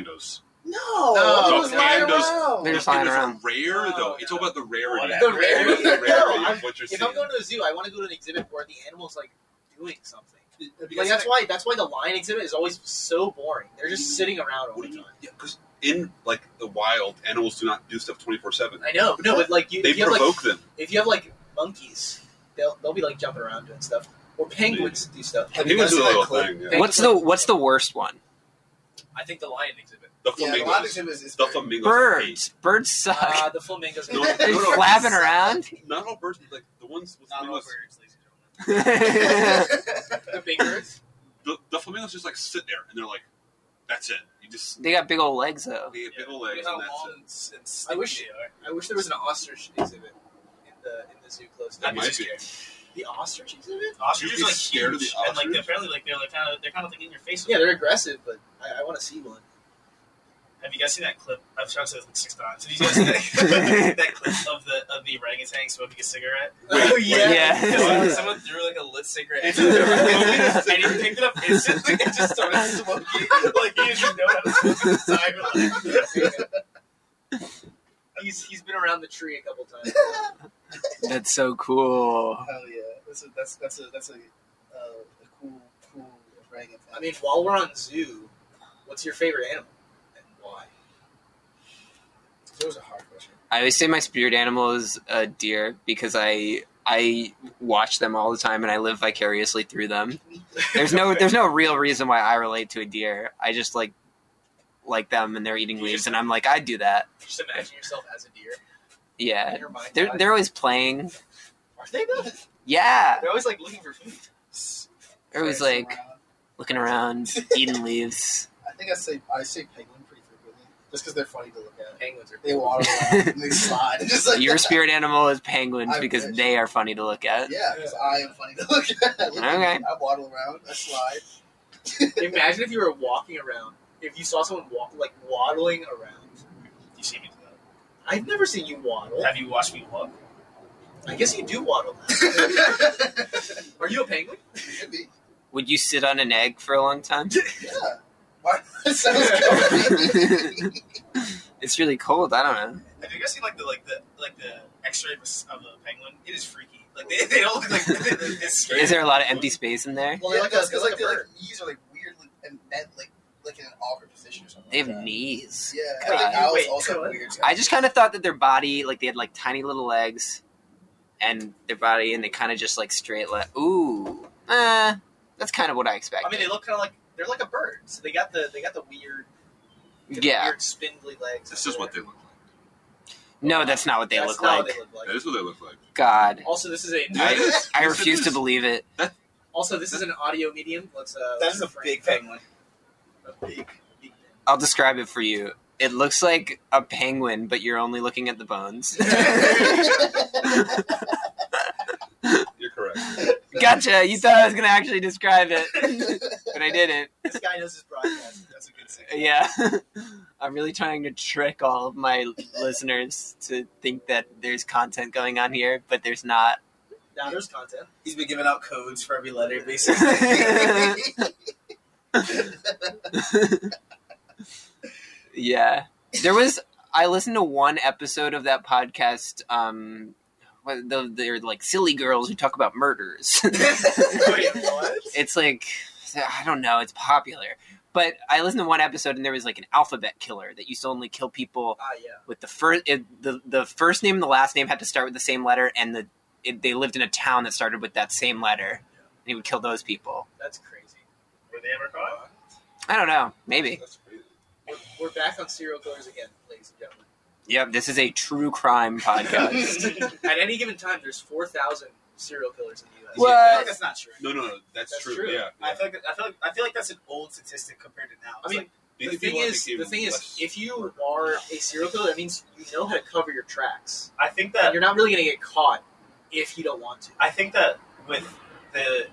Speaker 7: go. Pandas.
Speaker 8: No,
Speaker 3: No,
Speaker 8: it was
Speaker 3: no,
Speaker 8: lying
Speaker 7: and those-
Speaker 8: around.
Speaker 2: They're
Speaker 7: It
Speaker 2: just
Speaker 7: was
Speaker 2: lying
Speaker 7: a
Speaker 2: around.
Speaker 7: rare,
Speaker 8: Oh,
Speaker 7: though. It's all about the rarity.
Speaker 8: Whatever.
Speaker 7: It's all about the
Speaker 8: <laughs>
Speaker 3: Rarity?
Speaker 7: rarity
Speaker 3: No,
Speaker 7: of what you're
Speaker 3: If
Speaker 7: seeing.
Speaker 3: I'm going to a zoo, I want to go to an exhibit where the animal's like doing something. Like
Speaker 8: Because
Speaker 3: that's why that's why the lion exhibit is always so boring. They're just sitting around all
Speaker 7: What
Speaker 3: the
Speaker 7: do you
Speaker 3: time.
Speaker 7: mean? Yeah, because in like the wild, animals do not do stuff twenty four seven.
Speaker 3: I know. No, but like you,
Speaker 7: They
Speaker 3: if you have like
Speaker 7: provoke them.
Speaker 3: if you have like monkeys, they'll they'll be like jumping around doing stuff. Or penguins do stuff.
Speaker 8: Have you guys
Speaker 7: Penguins do
Speaker 8: seen
Speaker 7: a
Speaker 8: that
Speaker 7: little
Speaker 8: clip?
Speaker 7: thing. Yeah.
Speaker 3: They-
Speaker 2: What's the what's the worst one?
Speaker 3: I think the lion exhibit.
Speaker 7: The
Speaker 8: Yeah, a lot of
Speaker 7: flamingos.
Speaker 8: him is, is
Speaker 7: The flamingos. are eight.
Speaker 2: Birds. Birds suck.
Speaker 3: Uh,
Speaker 8: <laughs>
Speaker 3: the flamingos.
Speaker 7: No, no,
Speaker 3: <laughs>
Speaker 2: They're
Speaker 7: no.
Speaker 2: flapping around. <laughs>
Speaker 7: Not all birds. Like the ones with
Speaker 4: Not all
Speaker 7: flamingos.
Speaker 4: birds, ladies and gentlemen.
Speaker 8: <laughs>
Speaker 3: the big birds.
Speaker 7: The, the flamingos just like sit there and they're like, "That's it." You just
Speaker 2: they got big old legs though.
Speaker 7: they get big old legs
Speaker 8: How
Speaker 7: and that's
Speaker 8: long
Speaker 7: it.
Speaker 8: and s- and
Speaker 3: I
Speaker 8: sticky
Speaker 3: wish
Speaker 8: they are.
Speaker 3: I wish there was an ostrich exhibit in the in the zoo close.
Speaker 7: That
Speaker 3: to me.
Speaker 7: might be.
Speaker 3: The ostrich exhibit?
Speaker 4: Ostriches
Speaker 7: be
Speaker 4: are like
Speaker 7: scared of
Speaker 4: huge,
Speaker 7: the
Speaker 4: and like they're
Speaker 7: ostrich?
Speaker 4: apparently like they're like kind of they're kind of like in your face.
Speaker 3: Yeah, they're aggressive, but I, I want to see one.
Speaker 4: Have you guys seen that clip? I've tried to say this like six times. Have you guys seen
Speaker 2: <laughs>
Speaker 4: that, that clip of the of the orangutan smoking a cigarette?
Speaker 7: Wait,
Speaker 3: oh
Speaker 7: wait.
Speaker 3: yeah.
Speaker 8: <laughs>
Speaker 2: Yeah. <laughs>
Speaker 8: Someone, someone threw like a lit cigarette
Speaker 7: It's
Speaker 8: into their
Speaker 7: a-
Speaker 8: mouth, and he picked it up instantly and just started smoking. Like he didn't know how to smoke at the time. Like,
Speaker 3: <laughs> He's he's been around the tree a couple times.
Speaker 2: That's so cool.
Speaker 8: Hell yeah, that's a that's that's a that's a, uh, a cool cool orangutan.
Speaker 3: I mean, while we're on zoo, what's your favorite animal and why?
Speaker 8: that was a hard question.
Speaker 2: I always say my spirit animal is a deer because I I watch them all the time and I live vicariously through them. There's no there's no real reason why I relate to a deer. I just like like them and they're eating leaves and I'm like I'd do that.
Speaker 3: Just imagine yourself as a deer.
Speaker 2: Yeah.
Speaker 3: In your mind,
Speaker 2: They're they're always playing.
Speaker 3: are they though?
Speaker 2: Yeah.
Speaker 3: They're always like looking for food.
Speaker 2: They're always
Speaker 8: Ferrets
Speaker 2: like
Speaker 8: around.
Speaker 2: looking around, eating leaves.
Speaker 8: I think I say I say penguin pretty frequently, just because they're funny to look at.
Speaker 3: Penguins are. <laughs>
Speaker 8: They water around and they slide <laughs> and just like
Speaker 2: Your spirit animal is penguins
Speaker 8: I
Speaker 2: because
Speaker 8: wish.
Speaker 2: they are funny to look at.
Speaker 8: Yeah, because I am funny to look at. <laughs> Look at
Speaker 2: Okay.
Speaker 8: me. I waddle around. I slide. <laughs>
Speaker 3: imagine if you were walking around, if you saw someone walk like waddling around.
Speaker 4: You see me do that.
Speaker 3: I've never seen you waddle.
Speaker 4: Have you watched me walk?
Speaker 3: I guess you do waddle. Are you a penguin?
Speaker 8: Could be.
Speaker 2: Would you sit on an egg for a long time? <laughs>
Speaker 8: Yeah. Why- that sounds good.
Speaker 2: it's really cold. I don't know.
Speaker 4: Have you guys seen like the like the like the X-ray of a, of a penguin? It is freaky. Like they, they don't look like it's scary.
Speaker 2: Is there a lot of empty space in there?
Speaker 8: Well, they're
Speaker 3: Yeah,
Speaker 8: like,
Speaker 3: no,
Speaker 8: because
Speaker 3: it's
Speaker 8: like,
Speaker 3: like a
Speaker 8: their, like
Speaker 3: bird.
Speaker 8: knees are like weird like, and bent like like in an awkward position or something.
Speaker 2: They
Speaker 8: like
Speaker 2: have
Speaker 8: that.
Speaker 2: knees.
Speaker 8: Yeah,
Speaker 2: God.
Speaker 8: and the owls
Speaker 3: Wait,
Speaker 8: also
Speaker 3: what?
Speaker 8: have weird. <laughs>
Speaker 2: I just <laughs> kind of thought that their body, like they had like tiny little legs, and their body, and they kind of just like straight le Ooh, eh, that's kind of what I expected.
Speaker 3: I mean, they look kind of like they're like a bird. So they got the they got the weird, the
Speaker 2: yeah,
Speaker 3: weird spindly legs.
Speaker 7: That's just what they look like.
Speaker 2: no, that's not what they
Speaker 3: That's
Speaker 2: look
Speaker 3: not
Speaker 2: like.
Speaker 3: what they look like.
Speaker 7: That is what they look like.
Speaker 2: God,
Speaker 3: Also, this is a.
Speaker 7: Yeah, it is.
Speaker 2: I
Speaker 7: Yes, it
Speaker 2: refuse to
Speaker 7: is.
Speaker 2: believe it.
Speaker 3: <laughs> Also, this is an audio medium. Let's. Uh,
Speaker 8: That is a big penguin.
Speaker 3: A big, big
Speaker 2: I'll describe it for you. It looks like a penguin, but you're only looking at the
Speaker 3: <laughs>
Speaker 2: bones.
Speaker 7: You're correct.
Speaker 2: gotcha. You thought I was gonna actually describe it, but I didn't.
Speaker 3: this guy knows his broadcast. That's a good thing.
Speaker 2: Yeah. <laughs> I'm really trying to trick all of my listeners to think that there's content going on here, but there's not. <laughs>
Speaker 3: Now there's content.
Speaker 8: He's been giving out codes for every letter,
Speaker 2: yeah. There was I listened to one episode of that podcast um what- the, they're like silly girls who talk about murders. <laughs>
Speaker 8: <laughs>
Speaker 3: <laughs> Wait, what?
Speaker 2: it's like I don't know, it's popular. But I listened to one episode and there was like an alphabet killer that used to only kill people
Speaker 3: Ah, yeah.
Speaker 2: with the first it, the the first name and the last name had to start with the same letter, and the it, they lived in a town that started with that same letter. And he would kill those people.
Speaker 3: That's crazy.
Speaker 4: Were they ever caught?
Speaker 2: I don't know, maybe.
Speaker 7: That's crazy.
Speaker 3: We're, we're back on serial killers again, ladies and gentlemen.
Speaker 2: Yep, this is a true crime
Speaker 4: Oh
Speaker 2: podcast. <laughs>
Speaker 3: At any given time, there's 4,000 serial killers in the U.S.
Speaker 2: What?
Speaker 4: I feel like that's not true.
Speaker 7: No, no, no. That's,
Speaker 3: That's
Speaker 7: true.
Speaker 3: true.
Speaker 7: Yeah.
Speaker 4: I feel like I feel like, I feel like that's an old statistic compared to now.
Speaker 3: I
Speaker 4: It's
Speaker 3: mean,
Speaker 4: like,
Speaker 7: Maybe
Speaker 3: the thing
Speaker 7: people
Speaker 3: is,
Speaker 7: became
Speaker 3: the thing is,
Speaker 7: less-
Speaker 3: if you are a serial killer, that means you know how to cover your tracks.
Speaker 4: I
Speaker 3: And
Speaker 4: think that
Speaker 3: you're not really going to get caught if you don't want to.
Speaker 4: I think that with the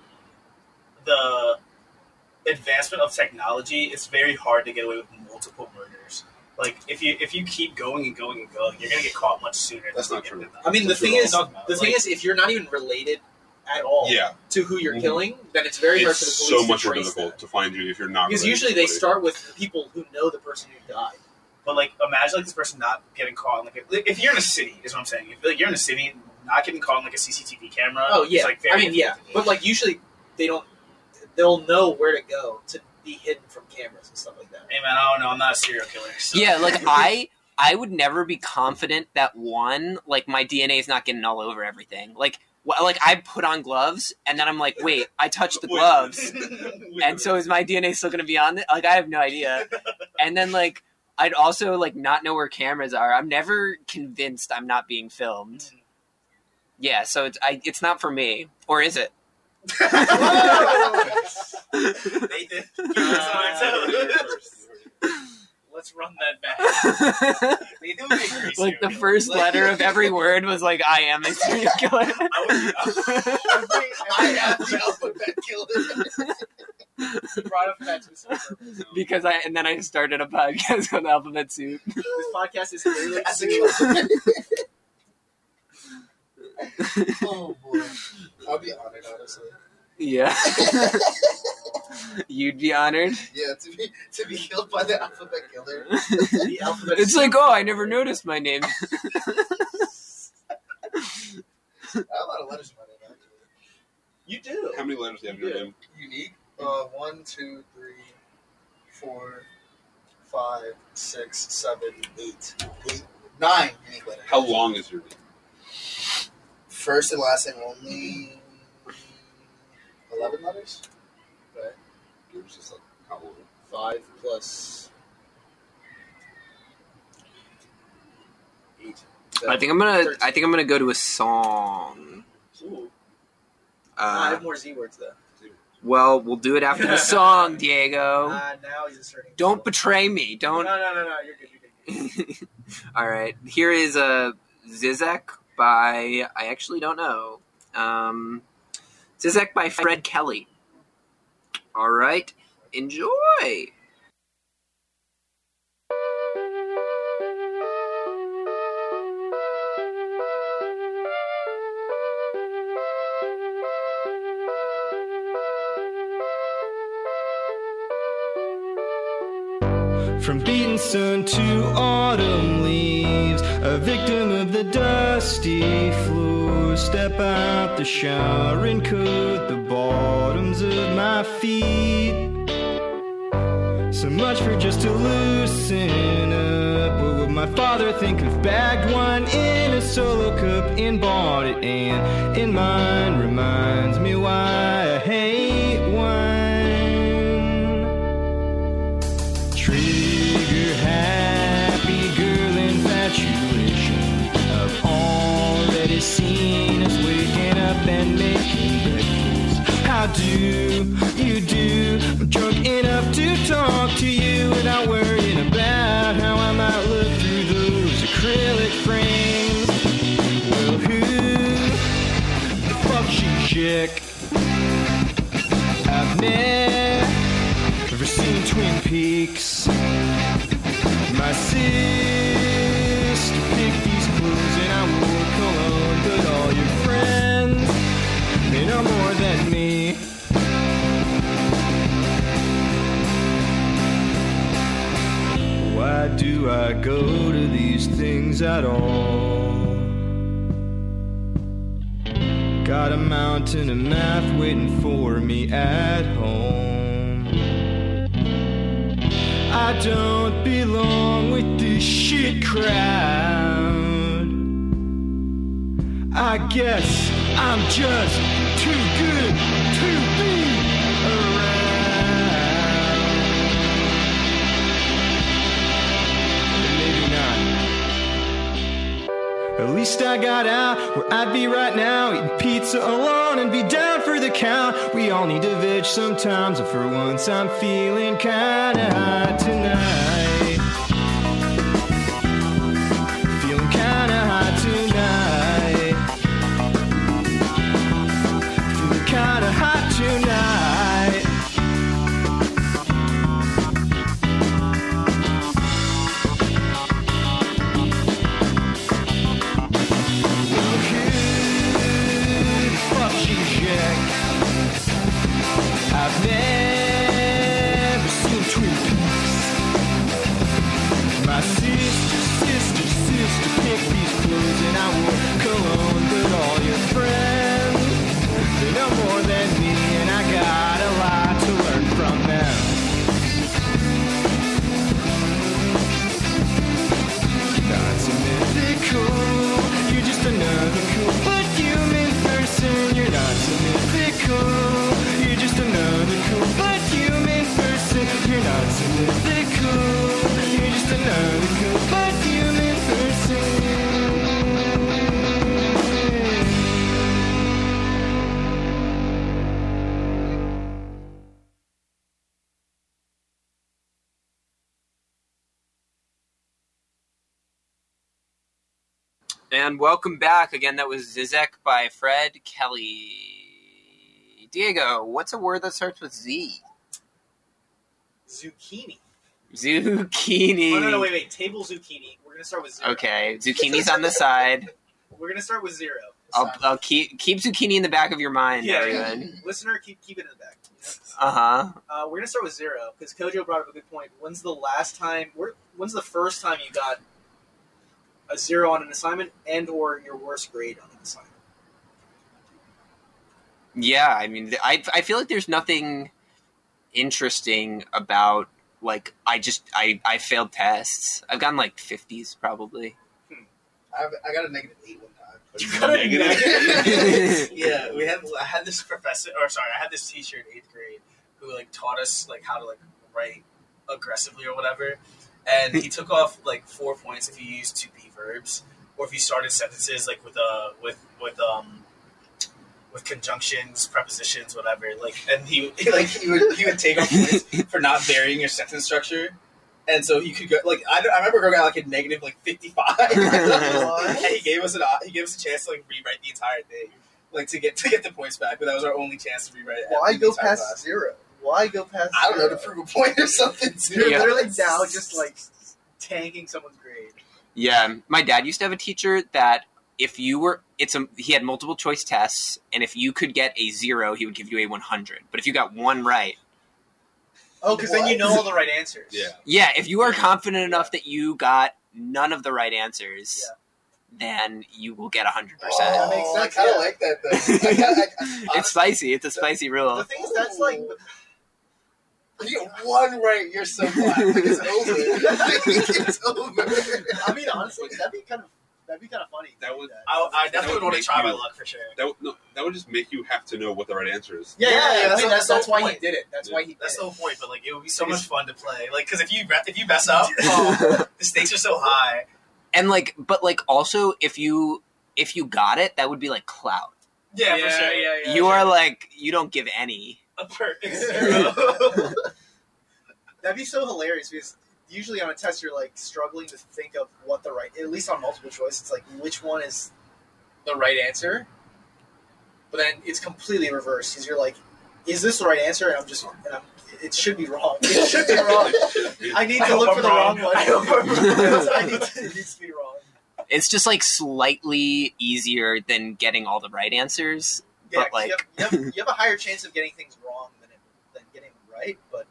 Speaker 4: the advancement of technology, it's very hard to get away with multiple murders. Like if you if you keep going and going and going, you're gonna get caught much sooner.
Speaker 7: That's
Speaker 4: than
Speaker 7: not
Speaker 4: you
Speaker 7: true.
Speaker 4: get
Speaker 3: I mean, the
Speaker 7: That's what
Speaker 3: thing
Speaker 7: we're
Speaker 3: is,
Speaker 4: all about.
Speaker 3: the thing
Speaker 4: Like-
Speaker 3: is, if you're not even related at all
Speaker 7: yeah,
Speaker 3: to who you're
Speaker 7: Mhm.
Speaker 3: killing, then it's very hard
Speaker 7: it's
Speaker 3: for the police
Speaker 7: so
Speaker 3: to
Speaker 7: much more
Speaker 3: trace
Speaker 7: difficult
Speaker 3: that.
Speaker 7: to find you if you're not.
Speaker 3: Because
Speaker 7: related to
Speaker 3: usually they
Speaker 7: somebody.
Speaker 3: start with the people who know the person who died.
Speaker 4: But like, imagine like this person not getting caught. In, like, a, like, if you're in a city, is what I'm saying. If like you're in a city, and not getting caught in like a CCTV camera.
Speaker 3: Oh yeah,
Speaker 4: is, like,
Speaker 3: I
Speaker 4: very
Speaker 3: mean yeah, but like usually they don't. They'll know where to go to be hidden from cameras and stuff like that.
Speaker 4: Hey man, I don't know. I'm not a serial killer. So.
Speaker 2: Yeah, <laughs>
Speaker 4: <laughs>
Speaker 2: like I I would never be confident that one like my DNA is not getting all over everything. Like wh- like I put on gloves and then I'm like, wait, I touched the
Speaker 4: <laughs>
Speaker 7: Wait.
Speaker 2: gloves.
Speaker 7: Wait,
Speaker 2: and so is my DNA still gonna be on it? Like I have no idea. And then like I'd also like not know where cameras are. I'm never convinced I'm not being filmed. Yeah, so it's I, it's not for me, or is it?
Speaker 8: <laughs>
Speaker 4: Nathan,
Speaker 3: <laughs>
Speaker 8: Let's run that back.
Speaker 4: Nathan would be a great serial
Speaker 2: <laughs> like the
Speaker 4: killer.
Speaker 2: first letter of every word was like I am a serial killer. <laughs>
Speaker 4: I would, I would-
Speaker 3: Every-
Speaker 5: I have the alphabet killer.
Speaker 3: he brought up that specific purpose.
Speaker 2: because I and then I started a podcast <laughs> on Alphabet Soup.
Speaker 3: This podcast is clearly
Speaker 5: That's a
Speaker 3: serial-
Speaker 5: oh boy. I'll be honored,
Speaker 2: <laughs>
Speaker 5: honestly.
Speaker 2: Yeah, you'd be honored. <laughs>
Speaker 5: Yeah, to be to be killed by the alphabet killer.
Speaker 3: the alphabet.
Speaker 2: It's like, oh, I never noticed my name.
Speaker 5: I have a lot of letters in my name actually.
Speaker 3: you do.
Speaker 7: How many letters do you have in your
Speaker 3: Yeah.
Speaker 7: name?
Speaker 5: Unique. Uh, one, two, three, four, five, six, seven, eight, eight, nine unique letters.
Speaker 7: How long is your name?
Speaker 5: First and last name only. Eleven letters.
Speaker 7: Yours is like how long?
Speaker 5: Five plus. Eight.
Speaker 2: I think I'm gonna. I think I'm gonna go to a song.
Speaker 7: Uh,
Speaker 3: Ooh. I
Speaker 2: Uh,
Speaker 3: have more Z words though.
Speaker 2: well, we'll do it after
Speaker 3: <laughs>
Speaker 2: the song, Diego.
Speaker 3: Ah, now he's asserting.
Speaker 2: Don't betray me. Don't. <laughs>
Speaker 3: No, no, no, no. You're good. You're good. You're good.
Speaker 2: All right, here is a Zizek by I actually don't know. Um, Zizek by Fred Kelly. All right, enjoy.
Speaker 6: From beaten sun to autumn leaves, a victim of the dusty floor. Step out the shower and coat the bottoms of my feet. So much for just to loosen up. What would my father think if bagged one in a solo cup and bought it? And in mine reminds me why I hate wine. Trigger happy girl infatuation of already seen us waking up and making breakfast. How do you do? I'm drunk enough to talk to you without worrying about how I might look through those acrylic frames. Well, who the fuck she chick? I've met Ever seen Twin Peaks? My sister picked these clothes and I wore cologne, but all your friends, they know more than me. Why do I go to these things at all? Got a mountain of math waiting for me at home. I don't belong with this shit crowd. I guess I'm just too good to be around. But maybe not. At least I got out where I'd be right now, eating pizza alone and be down for the count. We all need to veg sometimes, and for once I'm feeling kinda high tonight. Feeling kinda high tonight. Feeling kinda high tonight. I've never seen Twin Peaks. My
Speaker 2: And welcome back. Again, that was Zizek by Fred Kelly. Diego, what's a word that starts with Z?
Speaker 3: Zucchini.
Speaker 2: Zucchini.
Speaker 3: Oh, no, no, wait, wait. Table zucchini. We're gonna start with zero.
Speaker 2: Okay, zucchini's on the side.
Speaker 3: We're gonna start with zero.
Speaker 2: I'll, I'll keep keep zucchini in the back of your mind,
Speaker 4: Yeah.
Speaker 2: everyone.
Speaker 3: Listener, keep keep it in the back. you know?
Speaker 2: Uh huh.
Speaker 3: Uh, we're gonna start with zero because Kojo brought up a good point. When's the last time? Where, when's the first time you got a zero on an assignment and or your worst grade on an assignment?
Speaker 2: Yeah, I mean, th- I I feel like there's nothing interesting about like I just I I failed tests. I've gotten like fifties probably.
Speaker 5: I've, I got a negative eight one time. <laughs>
Speaker 4: Negative.
Speaker 3: yeah, we had
Speaker 4: I had this professor, or sorry, I had this teacher in eighth grade who like taught us like how to like write aggressively or whatever, and he took off like four points if you used to be verbs or if you started sentences like with uh with with um with conjunctions, prepositions, whatever. Like, and he <laughs> like he would he would take off points for not varying your sentence structure. And so you could go like I, I remember going out like a negative like fifty <laughs> five, and he gave us an op- he gave us a chance to like rewrite the entire thing, like to get to get the points back. But that was our only chance to rewrite. it.
Speaker 5: Why
Speaker 4: the
Speaker 5: go
Speaker 4: entire
Speaker 5: past
Speaker 4: class.
Speaker 5: zero?
Speaker 3: why go past?
Speaker 5: I don't know to
Speaker 3: zero?
Speaker 5: prove a point or something.
Speaker 3: You're
Speaker 5: Too.
Speaker 2: Yeah.
Speaker 3: literally now just like tanking someone's grade.
Speaker 2: Yeah, my dad used to have a teacher that if you were it's a he had multiple choice tests, and if you could get a zero, he would give you a one hundred. But if you got one right,
Speaker 3: Oh, because then you know all the <laughs> right answers.
Speaker 7: Yeah.
Speaker 2: yeah, if you are confident enough that you got none of the right answers, then you will get a hundred percent.
Speaker 5: Oh,
Speaker 3: That makes
Speaker 5: I
Speaker 3: sense,
Speaker 5: kind of
Speaker 3: yeah.
Speaker 5: like that though. I kinda, I,
Speaker 7: <laughs>
Speaker 2: It's spicy. It's a spicy rule.
Speaker 3: The thing is, that's like
Speaker 5: I, you get one right, you're so black. Like, it's over. I think <laughs> it's over.
Speaker 3: I mean, honestly, that'd be kind of that'd be kind of funny.
Speaker 7: That would-
Speaker 4: I, I definitely
Speaker 7: That would
Speaker 4: would want to
Speaker 7: make
Speaker 4: try my
Speaker 7: you-
Speaker 4: luck for sure.
Speaker 7: That would, no, that would just make you have to know what the right answer is.
Speaker 3: Yeah, yeah, yeah.
Speaker 5: Yeah,
Speaker 3: that's,
Speaker 5: that's-
Speaker 3: that's,
Speaker 4: that's
Speaker 3: why
Speaker 4: the
Speaker 3: he did it. That's why he did
Speaker 4: That's
Speaker 3: it.
Speaker 4: the whole point. But like, it would be so much fun to play. Like, because if you re- if you mess up, oh, the stakes are so high.
Speaker 2: and like but like also if you if you got it that would be like clout
Speaker 4: Yeah, for sure.
Speaker 2: you are like you don't give any
Speaker 4: a perfect zero.
Speaker 3: That'd be so hilarious because usually on a test you're like struggling to think of what the right at least on multiple choice, it's like which one is the right answer. But then it's completely reversed because you're like, is this the right answer? And I'm just and I'm, it should be wrong. It should be wrong.
Speaker 4: <laughs>
Speaker 3: I need
Speaker 4: I
Speaker 3: to
Speaker 4: hope
Speaker 3: look for
Speaker 4: I'm
Speaker 3: the wrong,
Speaker 4: wrong.
Speaker 3: one.
Speaker 4: I hope I'm
Speaker 2: wrong.
Speaker 3: <laughs> I need to, it needs to be wrong.
Speaker 2: it's just like slightly easier than getting all the right answers
Speaker 3: Yeah,
Speaker 2: But,
Speaker 3: 'cause you, have, you, have, you have a higher chance of getting things wrong than, it, than getting them right, but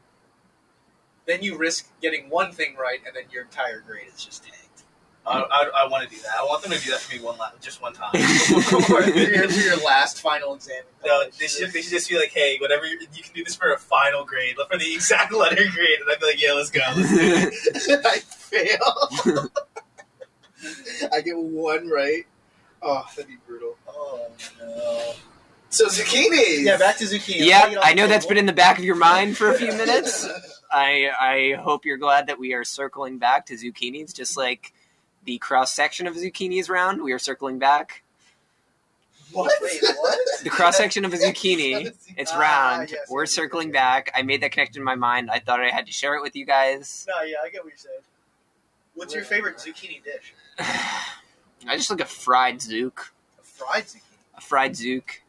Speaker 3: then you risk getting one thing right and then your entire grade is just tanked.
Speaker 4: <laughs> I, I, I want to do that. I want them to do that for me one last, just one
Speaker 2: <laughs>
Speaker 4: time.
Speaker 3: for, your, for your last final exam. in
Speaker 4: No,
Speaker 3: college.
Speaker 4: they should, they should just be like, hey, whatever you, you can do this for a final grade, for the exact <laughs> letter grade, and I'd be like, yeah, let's go. Let's do it.
Speaker 5: I fail. I get one right. Oh, that'd be brutal.
Speaker 3: Oh, no.
Speaker 5: So zucchinis.
Speaker 3: Yeah, back to zucchini.
Speaker 2: yeah i know that's been in the back of your mind for a few minutes i i hope you're glad that we are circling back to zucchinis just like the cross section of zucchinis round we are circling back
Speaker 5: <laughs> What?
Speaker 3: Wait, what?
Speaker 2: the cross section of a
Speaker 5: <laughs>
Speaker 2: zucchini it's
Speaker 3: Ah,
Speaker 2: round
Speaker 3: yes,
Speaker 2: we're
Speaker 3: yes, yes,
Speaker 2: circling
Speaker 3: yes.
Speaker 2: back i made that connection in my mind i thought i had to share it with you guys
Speaker 3: No, yeah, I get what you're saying. What's your favorite zucchini dish?
Speaker 2: I just like a fried zook.
Speaker 3: A fried zucchini.
Speaker 2: A fried zook.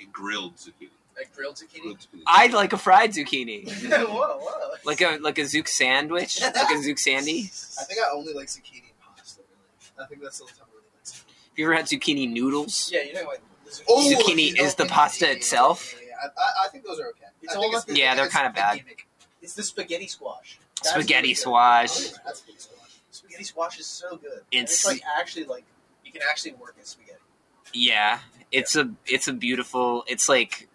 Speaker 7: A grilled zucchini.
Speaker 3: A grilled zucchini?
Speaker 7: <laughs> Grilled zucchini.
Speaker 2: I like a fried zucchini.
Speaker 3: whoa, whoa.
Speaker 2: Like a like a zook sandwich. Like a zook sandy.
Speaker 5: I think I only like zucchini and pasta. Really, I think that's the only time I really like. Zucchini.
Speaker 2: Have you ever had zucchini noodles?
Speaker 3: Yeah, you know what?
Speaker 2: Oh, Zucchini is the pasta
Speaker 5: yeah, yeah,
Speaker 2: itself?
Speaker 5: yeah, yeah. I, I, I think those are okay.
Speaker 3: It's
Speaker 5: I
Speaker 3: all
Speaker 5: think
Speaker 3: about
Speaker 5: the-
Speaker 2: Yeah, they're
Speaker 5: it's
Speaker 2: kinda
Speaker 5: the
Speaker 2: bad.
Speaker 5: gimmick.
Speaker 3: It's the spaghetti squash. That's really
Speaker 2: Spaghetti
Speaker 3: good.
Speaker 2: swash.
Speaker 5: Oh, yeah, that's good squash.
Speaker 3: Spaghetti squash is so good. And
Speaker 2: It's-
Speaker 3: It's, like actually like you can actually work in spaghetti.
Speaker 2: Yeah. It's a it's a beautiful it's like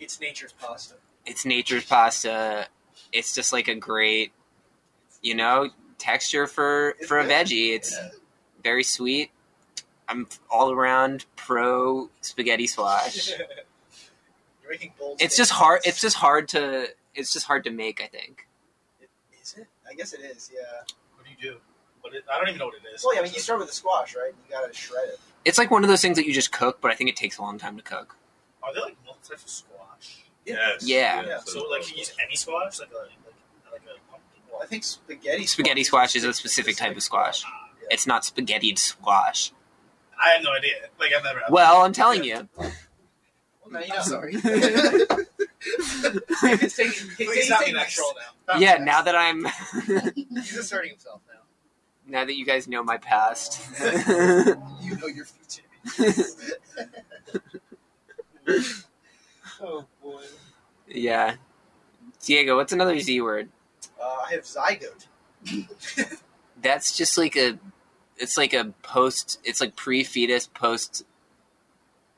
Speaker 3: It's nature's pasta.
Speaker 2: it's nature's pasta. It's just like a great you know, texture for for a veggie. It's very sweet. I'm all around pro spaghetti
Speaker 3: <laughs>
Speaker 2: swash.
Speaker 3: You're making bold.
Speaker 2: It's just
Speaker 3: statements.
Speaker 2: hard. It's just hard to. It's just hard to make. I think.
Speaker 3: Is it? I guess it is. Yeah.
Speaker 4: What do you do? What it, I don't even know what it is.
Speaker 3: Well, yeah, I mean, you start with the squash, right? You gotta shred it.
Speaker 2: It's like one of those things that you just cook, but I think it takes a long time to cook.
Speaker 4: Are there like multiple types of squash?
Speaker 7: Yes.
Speaker 2: Yeah.
Speaker 3: Yeah,
Speaker 7: so,
Speaker 4: So like, can you use any squash? Like uh, a like, like a pumpkin?
Speaker 3: Well, I think spaghetti.
Speaker 2: Spaghetti squash is a specific type of squash.
Speaker 3: Yeah.
Speaker 2: It's not spaghettied squash.
Speaker 4: I have no idea. Like I've never.
Speaker 2: Well, I'm telling you. <laughs>
Speaker 3: Well, now you
Speaker 5: <laughs>
Speaker 3: know.
Speaker 5: sorry.
Speaker 3: He's taking, he's
Speaker 4: Please not be
Speaker 3: taking
Speaker 4: that
Speaker 3: next role now.
Speaker 2: Yeah, now that I'm, <laughs>
Speaker 3: He's asserting himself now.
Speaker 2: now that you guys know my past.
Speaker 5: <laughs> you know your future.
Speaker 3: Oh boy.
Speaker 2: yeah. Diego, what's another Z word?
Speaker 3: Uh, I have zygote.
Speaker 2: That's just like a, it's like a post, it's like pre-fetus, post,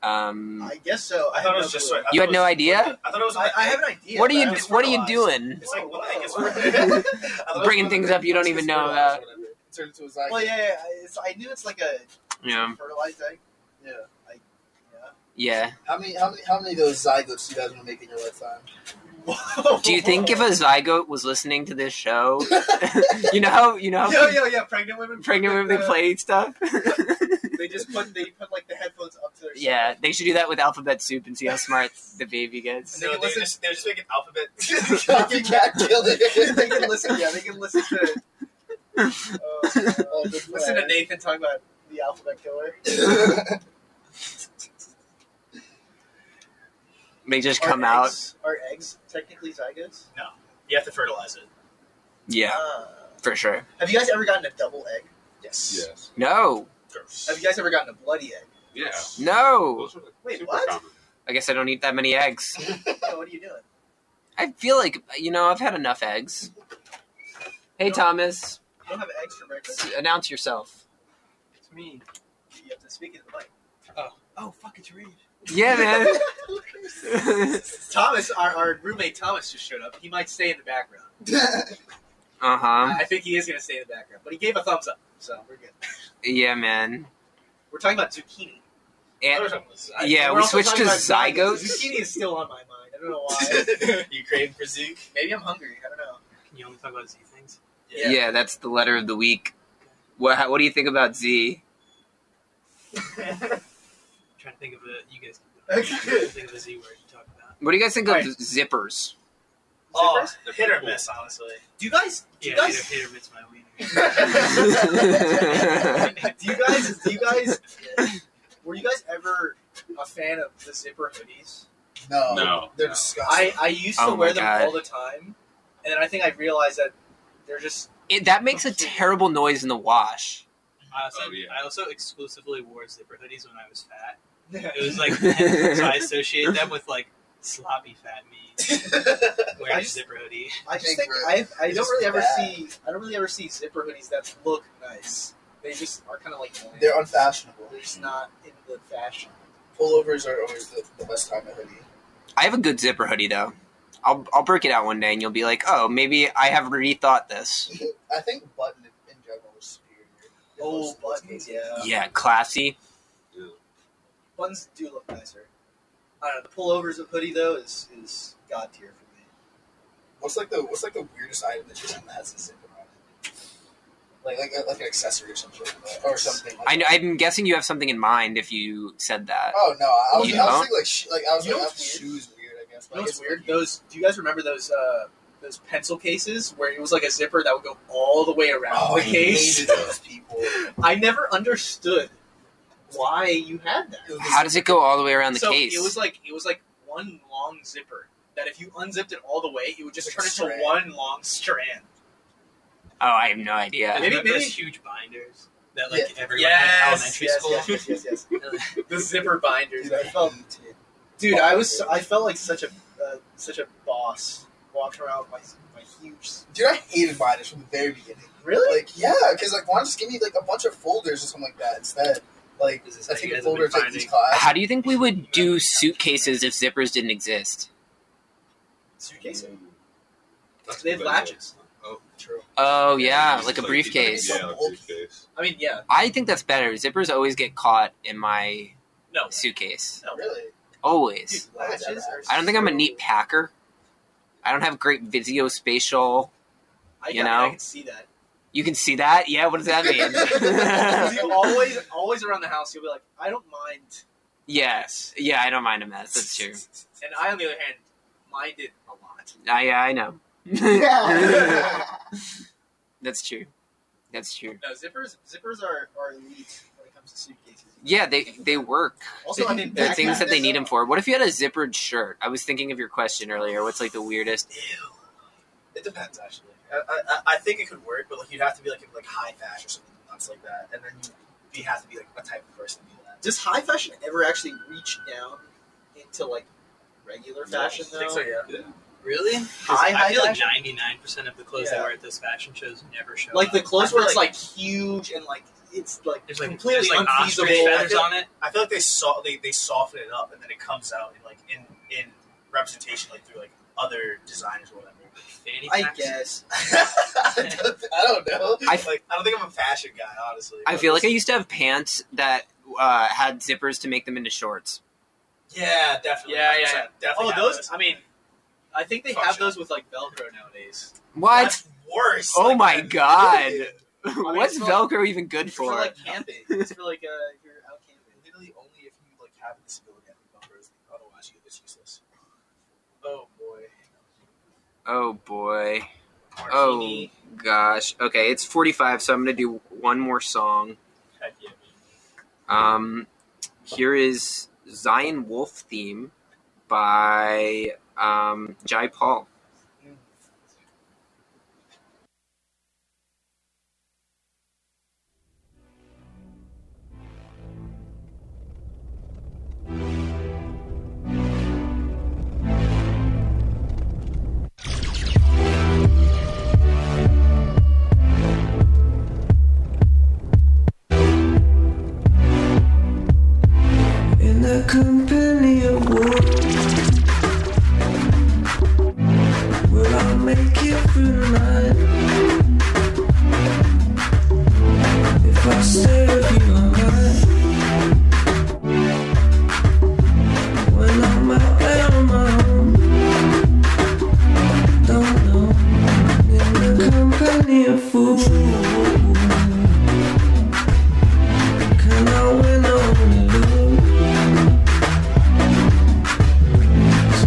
Speaker 2: um,
Speaker 3: I guess so. I,
Speaker 4: I thought
Speaker 3: have
Speaker 4: it
Speaker 3: no
Speaker 4: was just.
Speaker 3: clue.
Speaker 4: Like, I
Speaker 2: You
Speaker 4: thought
Speaker 2: had
Speaker 4: it
Speaker 2: no
Speaker 4: was-
Speaker 2: idea?
Speaker 4: I thought it was.
Speaker 3: I, I have an idea.
Speaker 2: what are
Speaker 3: but
Speaker 2: you,
Speaker 3: I just
Speaker 2: what are you
Speaker 3: realized-
Speaker 2: doing?
Speaker 4: It's like, well, I
Speaker 5: Oh,
Speaker 4: guess
Speaker 3: Whoa. <laughs>
Speaker 4: we're I thought it was
Speaker 2: Bringing
Speaker 4: one of
Speaker 2: things
Speaker 4: the-
Speaker 2: up you don't even know about.
Speaker 5: Turn into a zygote.
Speaker 3: Well, yeah, yeah, yeah, it's, I knew it's like a
Speaker 2: Yeah.
Speaker 3: fertilized egg. Yeah. I,
Speaker 2: Yeah.
Speaker 5: How many, how many, how many of those zygotes do you guys want to make in your
Speaker 3: <laughs>
Speaker 5: lifetime? <laughs>
Speaker 3: Whoa.
Speaker 2: Do you think if a zygote was listening to this
Speaker 5: <laughs>
Speaker 2: show, <laughs> you know how you know how
Speaker 3: Yo, yo, yeah, pregnant <laughs> women.
Speaker 2: pregnant
Speaker 3: put
Speaker 2: women they
Speaker 3: the-
Speaker 2: play stuff?
Speaker 3: They just put they put like the headphones up to their.
Speaker 2: yeah, they should do that with alphabet soup and see how smart the baby gets.
Speaker 4: No, they're just, they're just making alphabet.
Speaker 3: <laughs>
Speaker 5: Copycat killed it.
Speaker 3: they can
Speaker 5: <laughs>
Speaker 3: listen. Yeah, they can listen <laughs> to. Uh,
Speaker 5: Oh, good
Speaker 4: <laughs>
Speaker 3: listen to
Speaker 5: plan.
Speaker 3: Nathan talk about the alphabet killer.
Speaker 2: They just
Speaker 3: Are
Speaker 2: come out.
Speaker 3: eggs- Are eggs technically zygotes?
Speaker 4: you have to fertilize it.
Speaker 2: Yeah,
Speaker 3: Ah.
Speaker 2: for sure.
Speaker 3: have you guys ever gotten a double egg?
Speaker 4: Yes.
Speaker 7: Yes.
Speaker 2: No,
Speaker 4: Gross.
Speaker 3: Have you guys ever gotten a bloody egg?
Speaker 7: Yeah.
Speaker 2: no.
Speaker 7: Those are like
Speaker 3: Wait,
Speaker 7: super
Speaker 3: what?
Speaker 7: common.
Speaker 2: I guess I don't eat that many eggs.
Speaker 3: Oh, what are you doing?
Speaker 2: I feel like you know I've had enough eggs. Hey Thomas,
Speaker 3: You don't have eggs for breakfast.
Speaker 2: s- announce yourself.
Speaker 3: It's me. You have to speak into the mic.
Speaker 5: Oh, fuck it, you read.
Speaker 2: Yeah, <laughs> man.
Speaker 3: Thomas, our, our roommate Thomas just showed up. He might stay in the background.
Speaker 2: uh huh.
Speaker 3: I think he is going to stay in the background, but he gave a thumbs up, so we're good.
Speaker 2: Yeah, man.
Speaker 3: We're talking about zucchini.
Speaker 2: And-
Speaker 4: Those are gross. I-
Speaker 2: yeah,
Speaker 3: We're
Speaker 2: we
Speaker 3: also
Speaker 2: switched to
Speaker 3: talking about
Speaker 2: zygotes.
Speaker 3: Zucchini is still on my mind. I don't know why.
Speaker 4: you crave for Zook?
Speaker 3: Maybe I'm hungry. I don't know.
Speaker 4: Can you only talk about Z things?
Speaker 2: Yeah. that's the letter of the week. What how- What do you think about Z?
Speaker 4: trying to think of a. You guys
Speaker 3: can- I'm trying <laughs> to
Speaker 4: think of a Z word you talk about.
Speaker 2: What do you guys think of
Speaker 3: All right.
Speaker 2: zippers?
Speaker 4: Oh,
Speaker 3: Zippers?
Speaker 4: hit or miss, honestly.
Speaker 3: Do you guys? Do
Speaker 4: Yeah,
Speaker 3: you guys?
Speaker 4: hit or, hit or miss my <laughs> wiener.
Speaker 3: <laughs> do you guys? Do you guys? <laughs> Were you guys ever a fan of the zipper hoodies?
Speaker 5: <laughs> No.
Speaker 7: No.
Speaker 5: They're
Speaker 4: No.
Speaker 5: disgusting.
Speaker 3: I, I used
Speaker 2: Oh
Speaker 3: to
Speaker 2: my
Speaker 3: wear them
Speaker 2: God.
Speaker 3: all the time, and then I think I realized that they're just
Speaker 2: It, that makes a terrible noise in the wash.
Speaker 4: I also,
Speaker 7: Oh, yeah.
Speaker 4: I also exclusively wore zipper hoodies when I was fat. It was like <laughs> so I associate them with like sloppy fat me wearing
Speaker 3: I
Speaker 4: a
Speaker 3: just-
Speaker 4: zipper hoodie.
Speaker 3: I just
Speaker 5: Big
Speaker 3: think
Speaker 5: red.
Speaker 3: I, I
Speaker 5: They're
Speaker 3: don't
Speaker 5: just
Speaker 3: really ever
Speaker 5: bad.
Speaker 3: see I don't really ever see zipper hoodies that look nice. They just are kind of like bland.
Speaker 5: They're unfashionable.
Speaker 3: They're just not in the fashion.
Speaker 5: Pullovers are always the, the best time to hoodie.
Speaker 2: I have a good zipper hoodie though. I'll I'll break it out one day, and you'll be like, oh, maybe I have rethought this.
Speaker 5: I think button in, in general is superior. in
Speaker 3: Oh,
Speaker 5: most- most
Speaker 3: buttons,
Speaker 5: cases.
Speaker 3: yeah.
Speaker 2: Yeah, classy.
Speaker 3: Buttons do look nicer. I don't know. The pullovers of hoodie though is is god tier for me.
Speaker 5: What's like the what's like the weirdest item that you have that has a zipper on it? Like like a, like an accessory or something like that, or something. Like
Speaker 2: I,
Speaker 5: that.
Speaker 2: I'm guessing you have something in mind if you said that.
Speaker 5: Oh no, I was,
Speaker 2: You
Speaker 5: I was
Speaker 2: don't?
Speaker 5: thinking like sh- like I was
Speaker 3: You know
Speaker 5: like
Speaker 3: what's
Speaker 5: that's shoes weird. I guess.
Speaker 3: You know
Speaker 5: Like,
Speaker 3: what's
Speaker 5: it's
Speaker 3: weird? Those do you guys remember those uh those pencil cases where it was like a zipper that would go all the way around
Speaker 5: Oh,
Speaker 3: the
Speaker 5: I
Speaker 3: case?
Speaker 5: hated those people.
Speaker 3: I never understood why you had that.
Speaker 2: How does it go all the way around the
Speaker 3: so
Speaker 2: case?
Speaker 3: it was like it was like one long zipper that if you unzipped it all the way, it would just
Speaker 5: Like
Speaker 3: turn
Speaker 5: strand.
Speaker 3: into one long strand.
Speaker 2: oh, I have no idea.
Speaker 3: Maybe-
Speaker 4: Maybe those
Speaker 3: maybe-
Speaker 4: huge binders that like everyone had in
Speaker 3: Yes,
Speaker 4: elementary
Speaker 3: yes,
Speaker 4: school.
Speaker 3: yes, yes, yes, yes. the zipper binders.
Speaker 5: Dude,
Speaker 3: I
Speaker 5: I
Speaker 3: felt,
Speaker 5: hated it.
Speaker 3: dude, I was, I felt like such a, uh, such a boss walking around with my, my huge.
Speaker 5: Dude, I hated binders from the very beginning.
Speaker 3: Really?
Speaker 5: Like, yeah, because like, why don't you just give me like a bunch of folders or something like that instead? Like,
Speaker 4: This is
Speaker 5: I
Speaker 4: how
Speaker 5: take
Speaker 4: you
Speaker 5: a
Speaker 4: guys have
Speaker 5: folder
Speaker 4: been
Speaker 5: to like, each
Speaker 4: finding-
Speaker 5: class.
Speaker 2: How do you think we would do suitcases if zippers didn't exist?
Speaker 3: Suitcase.
Speaker 7: That's
Speaker 3: They have
Speaker 7: better.
Speaker 3: latches.
Speaker 7: Oh,
Speaker 5: True.
Speaker 2: Oh yeah,
Speaker 7: Just
Speaker 2: like a
Speaker 7: these-
Speaker 2: briefcase.
Speaker 7: Yeah, like a briefcase.
Speaker 3: I mean, yeah.
Speaker 2: I think that's better. Zippers always get caught in my
Speaker 4: No,
Speaker 2: suitcase.
Speaker 5: Oh, really?
Speaker 3: Dude,
Speaker 2: Always.
Speaker 3: latches are
Speaker 2: I don't think I'm a
Speaker 3: so-
Speaker 2: neat packer. I don't have great visuospatial.
Speaker 3: I,
Speaker 2: you
Speaker 3: I mean,
Speaker 2: know?
Speaker 3: I can see that. <laughs>
Speaker 2: You can see that? Yeah, what does that
Speaker 3: 'Cause <laughs>
Speaker 2: mean?
Speaker 3: you always, always around the house, you'll be like, I don't mind.
Speaker 2: yes. Yeah, I don't mind a mess. That's true.
Speaker 3: And I, on the other hand, mind it a lot.
Speaker 2: I, yeah, I know.
Speaker 5: <laughs> Yeah.
Speaker 2: <laughs> that's true. That's true.
Speaker 3: No, zippers zippers are, are elite when it comes to suitcases.
Speaker 2: Yeah, they they work.
Speaker 3: Also, I mean,
Speaker 2: the
Speaker 3: backpack-
Speaker 2: things that
Speaker 5: <laughs>
Speaker 2: they need them
Speaker 3: that's-
Speaker 2: for. What if you had a zippered shirt? I was thinking of your question earlier. What's like the weirdest?
Speaker 4: It depends, actually. I, I, I think it could work, but like you'd have to be like in like high fashion or something nuts like that, and then you, you have to be like a type of person to do that.
Speaker 3: Does high fashion ever actually reach down into like regular fashion
Speaker 4: I
Speaker 3: though?
Speaker 4: think so, yeah.
Speaker 5: Really?
Speaker 4: 'Cause
Speaker 3: High high
Speaker 5: I feel like
Speaker 3: fashion?
Speaker 5: ninety nine percent of the clothes
Speaker 3: Yeah.
Speaker 5: they wear at those fashion shows never show.
Speaker 3: Like the
Speaker 5: up.
Speaker 3: clothes
Speaker 4: I feel
Speaker 3: where it's like huge and like it's like
Speaker 5: there's like
Speaker 3: completely
Speaker 5: there's like ostrich
Speaker 3: unfeasible.
Speaker 5: feathers on it.
Speaker 4: I feel like they saw they, they soften it up, and then it comes out in like in in representation, like through like other designers or whatever.
Speaker 5: Fanny
Speaker 3: I
Speaker 5: packs.
Speaker 3: guess.
Speaker 4: I don't know.
Speaker 2: I-
Speaker 4: I like I don't think I'm a fashion guy, honestly.
Speaker 2: I feel like I used to have pants that uh, had zippers to make them into shorts.
Speaker 4: yeah, definitely.
Speaker 5: Yeah, yeah,
Speaker 4: 100%. Definitely
Speaker 9: Oh,
Speaker 4: got
Speaker 9: those. I mean, I think they have
Speaker 4: Function.
Speaker 9: those with like Velcro nowadays.
Speaker 2: What?
Speaker 4: That's worse.
Speaker 2: Oh
Speaker 4: Like,
Speaker 2: my
Speaker 4: that- <laughs>
Speaker 2: god!
Speaker 3: mean,
Speaker 2: What's
Speaker 3: it's not-
Speaker 2: Velcro even good
Speaker 3: It's for
Speaker 2: for?
Speaker 3: like camping. <laughs> It's for like uh, if you're out camping.
Speaker 4: Literally, only if you like have a disability, I think Velcro is otherwise you it's useless. Oh boy.
Speaker 2: Oh boy. Oh gosh. Okay, it's 45, so I'm gonna do one more song.
Speaker 4: Heck yeah.
Speaker 2: Um, here is Zion Wolf theme by um, Jai Paul.
Speaker 10: in the company of wolves. Will I make it through the night? If I stay with you, I'm right. When I'm out there on my own, don't know. In the company of fools. Can I win or only lose?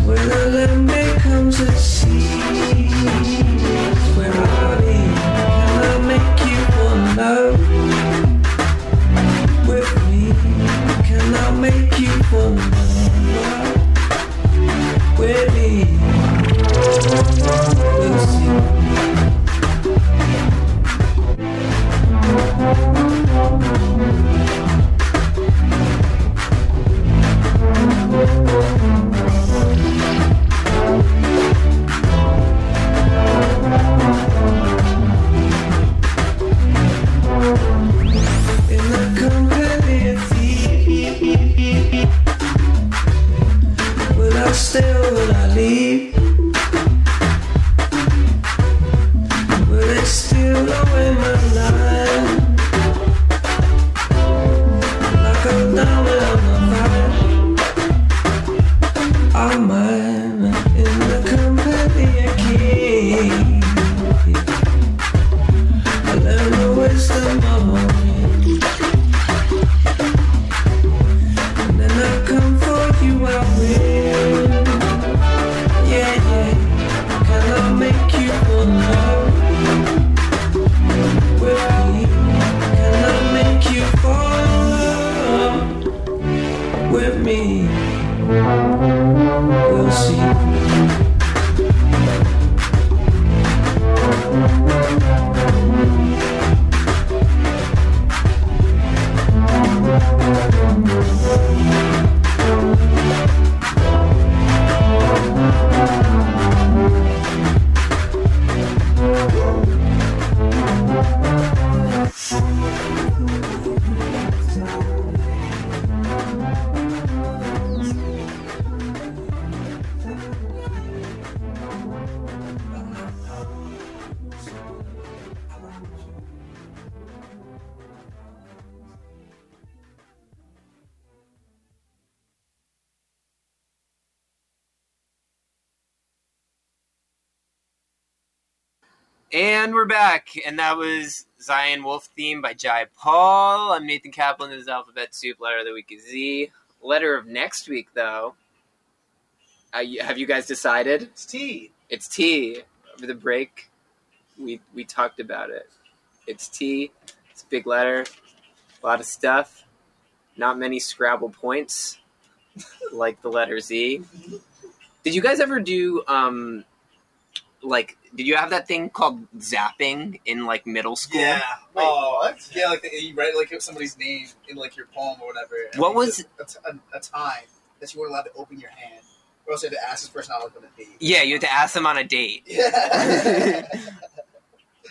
Speaker 10: Where the limit comes at seas Where are we? Can I make you one love with me? Can I make you one love with me? We'll see. In the company of thieves. Will I stay or will I leave? Will they steal away my life? Will I go down without my mind? I'm mine in the company of kings. I learned the wisdom of my And then I come for you, I will. Yeah, yeah. Can I make you one love with me? Can I make you fall in love with me? We'll see.
Speaker 2: And we're back, and that was Zion Wolf theme by Jai Paul. I'm Nathan Kaplan. This is Alphabet Soup. Letter of the week is Z. Letter of next week, though. Uh, you, have you guys decided?
Speaker 3: It's tea.
Speaker 2: It's T. Over the break, we we talked about it. It's T. It's a big letter. A lot of stuff. Not many Scrabble points, <laughs> like the letter Z. Did you guys ever do um, like? Did you have that thing called zapping in like middle school?
Speaker 4: Yeah.
Speaker 5: Wait, what? Yeah, like the, you write like somebody's name in like your poem or whatever. and
Speaker 2: What
Speaker 5: you
Speaker 2: was-
Speaker 5: just- a, t- a- a time that you weren't allowed to open your hand, or else you had to ask this person out on a date.
Speaker 2: Yeah, you had to ask them on a date.
Speaker 5: Yeah.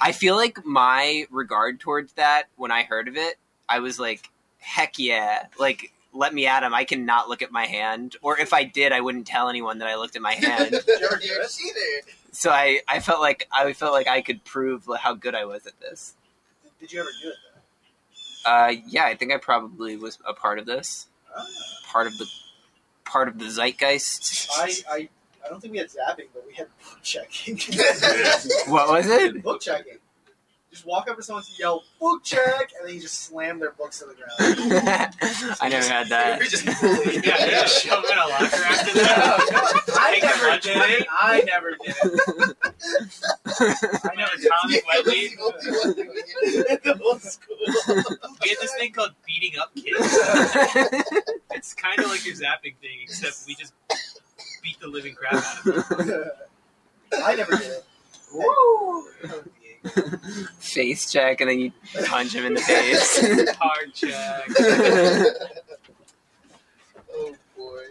Speaker 2: I feel like my regard towards that when I heard of it, I was like, heck yeah. Like, let me at him. I cannot look at my hand. Or if I did, I wouldn't tell anyone that I looked at my hand.
Speaker 5: <laughs> You're dear cheater.
Speaker 2: so I, I felt like I felt like I could prove how good I was at this.
Speaker 3: Did you ever do it though?
Speaker 2: Uh, yeah, I think I probably was a part of this.
Speaker 5: Ah.
Speaker 2: Part of the part of the zeitgeist.
Speaker 3: I, I, I don't think we had zapping, but we had <laughs> book
Speaker 5: <laughs>
Speaker 3: checking.
Speaker 2: What was it?
Speaker 3: <laughs> book checking. Just walk up to someone and yell book check, and then you just slam their books to the ground.
Speaker 2: <laughs> I never had that.
Speaker 5: <laughs> You're just
Speaker 4: Yeah,
Speaker 5: bullied.
Speaker 2: <laughs>
Speaker 4: you just shove it in a locker after that.
Speaker 3: I
Speaker 4: Take a
Speaker 3: never
Speaker 4: lunch
Speaker 3: did
Speaker 4: money.
Speaker 3: it. I never did it.
Speaker 4: I never
Speaker 5: <laughs>
Speaker 4: Tommy Welly.
Speaker 10: We had this thing called beating up kids. It's kind of like your zapping thing, except we just beat the living crap out of it.
Speaker 3: I never did
Speaker 5: <laughs>
Speaker 3: it.
Speaker 2: Face check, and then you punch him in the face.
Speaker 5: <laughs>
Speaker 3: <laughs>
Speaker 10: Hard check.
Speaker 5: oh boy.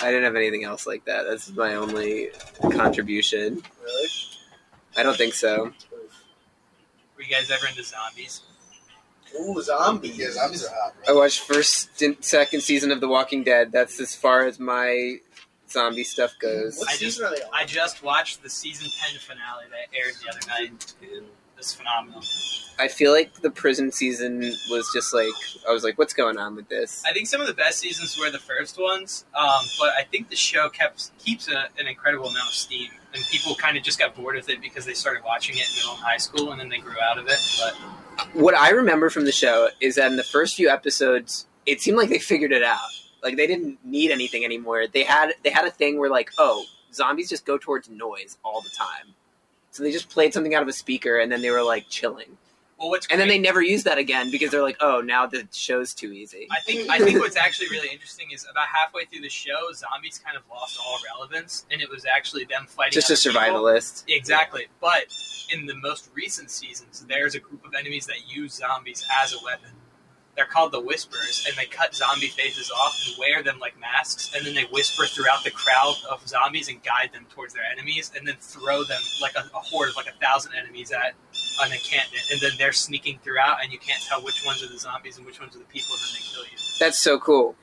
Speaker 2: I didn't have anything else like that. That's my only contribution.
Speaker 3: Really?
Speaker 2: I don't think so.
Speaker 10: Were you guys ever into zombies?
Speaker 3: Ooh, zombies.
Speaker 5: Yeah, zombies are hot.
Speaker 2: I watched first and second season of The Walking Dead. That's as far as my zombie stuff goes.
Speaker 3: What
Speaker 10: I
Speaker 3: season are they on?
Speaker 10: I just watched the season 10 finale that aired the other night. It was phenomenal.
Speaker 2: I feel like the prison season was just like I was like, what's going on with this?
Speaker 10: I think some of the best seasons were the first ones, um, but I think the show kept keeps a, an incredible amount of steam, and people kind of just got bored with it because they started watching it in middle and high school, and then they grew out of it. But
Speaker 2: What I remember from the show is that in the first few episodes, it seemed like they figured it out. Like they didn't need anything anymore. They had they had a thing where like, oh, zombies just go towards noise all the time. So they just played something out of a speaker and then they were like chilling.
Speaker 10: well, what's
Speaker 2: And then
Speaker 10: great-
Speaker 2: they never use that again because they're like, oh, now the show's too easy.
Speaker 10: I think I think what's actually really interesting is about halfway through the show, zombies kind of lost all relevance, and it was actually them fighting
Speaker 2: Just a
Speaker 10: other people.
Speaker 2: survivalist.
Speaker 10: Exactly, but in the most recent seasons, there's a group of enemies that use zombies as a weapon. They're called the Whispers, and they cut zombie faces off and wear them like masks, and then they whisper throughout the crowd of zombies and guide them towards their enemies, and then throw them like a, a horde of like a thousand enemies at an encampment, and then they're sneaking throughout, and you can't tell which ones are the zombies and which ones are the people, and then they kill you.
Speaker 2: That's so cool.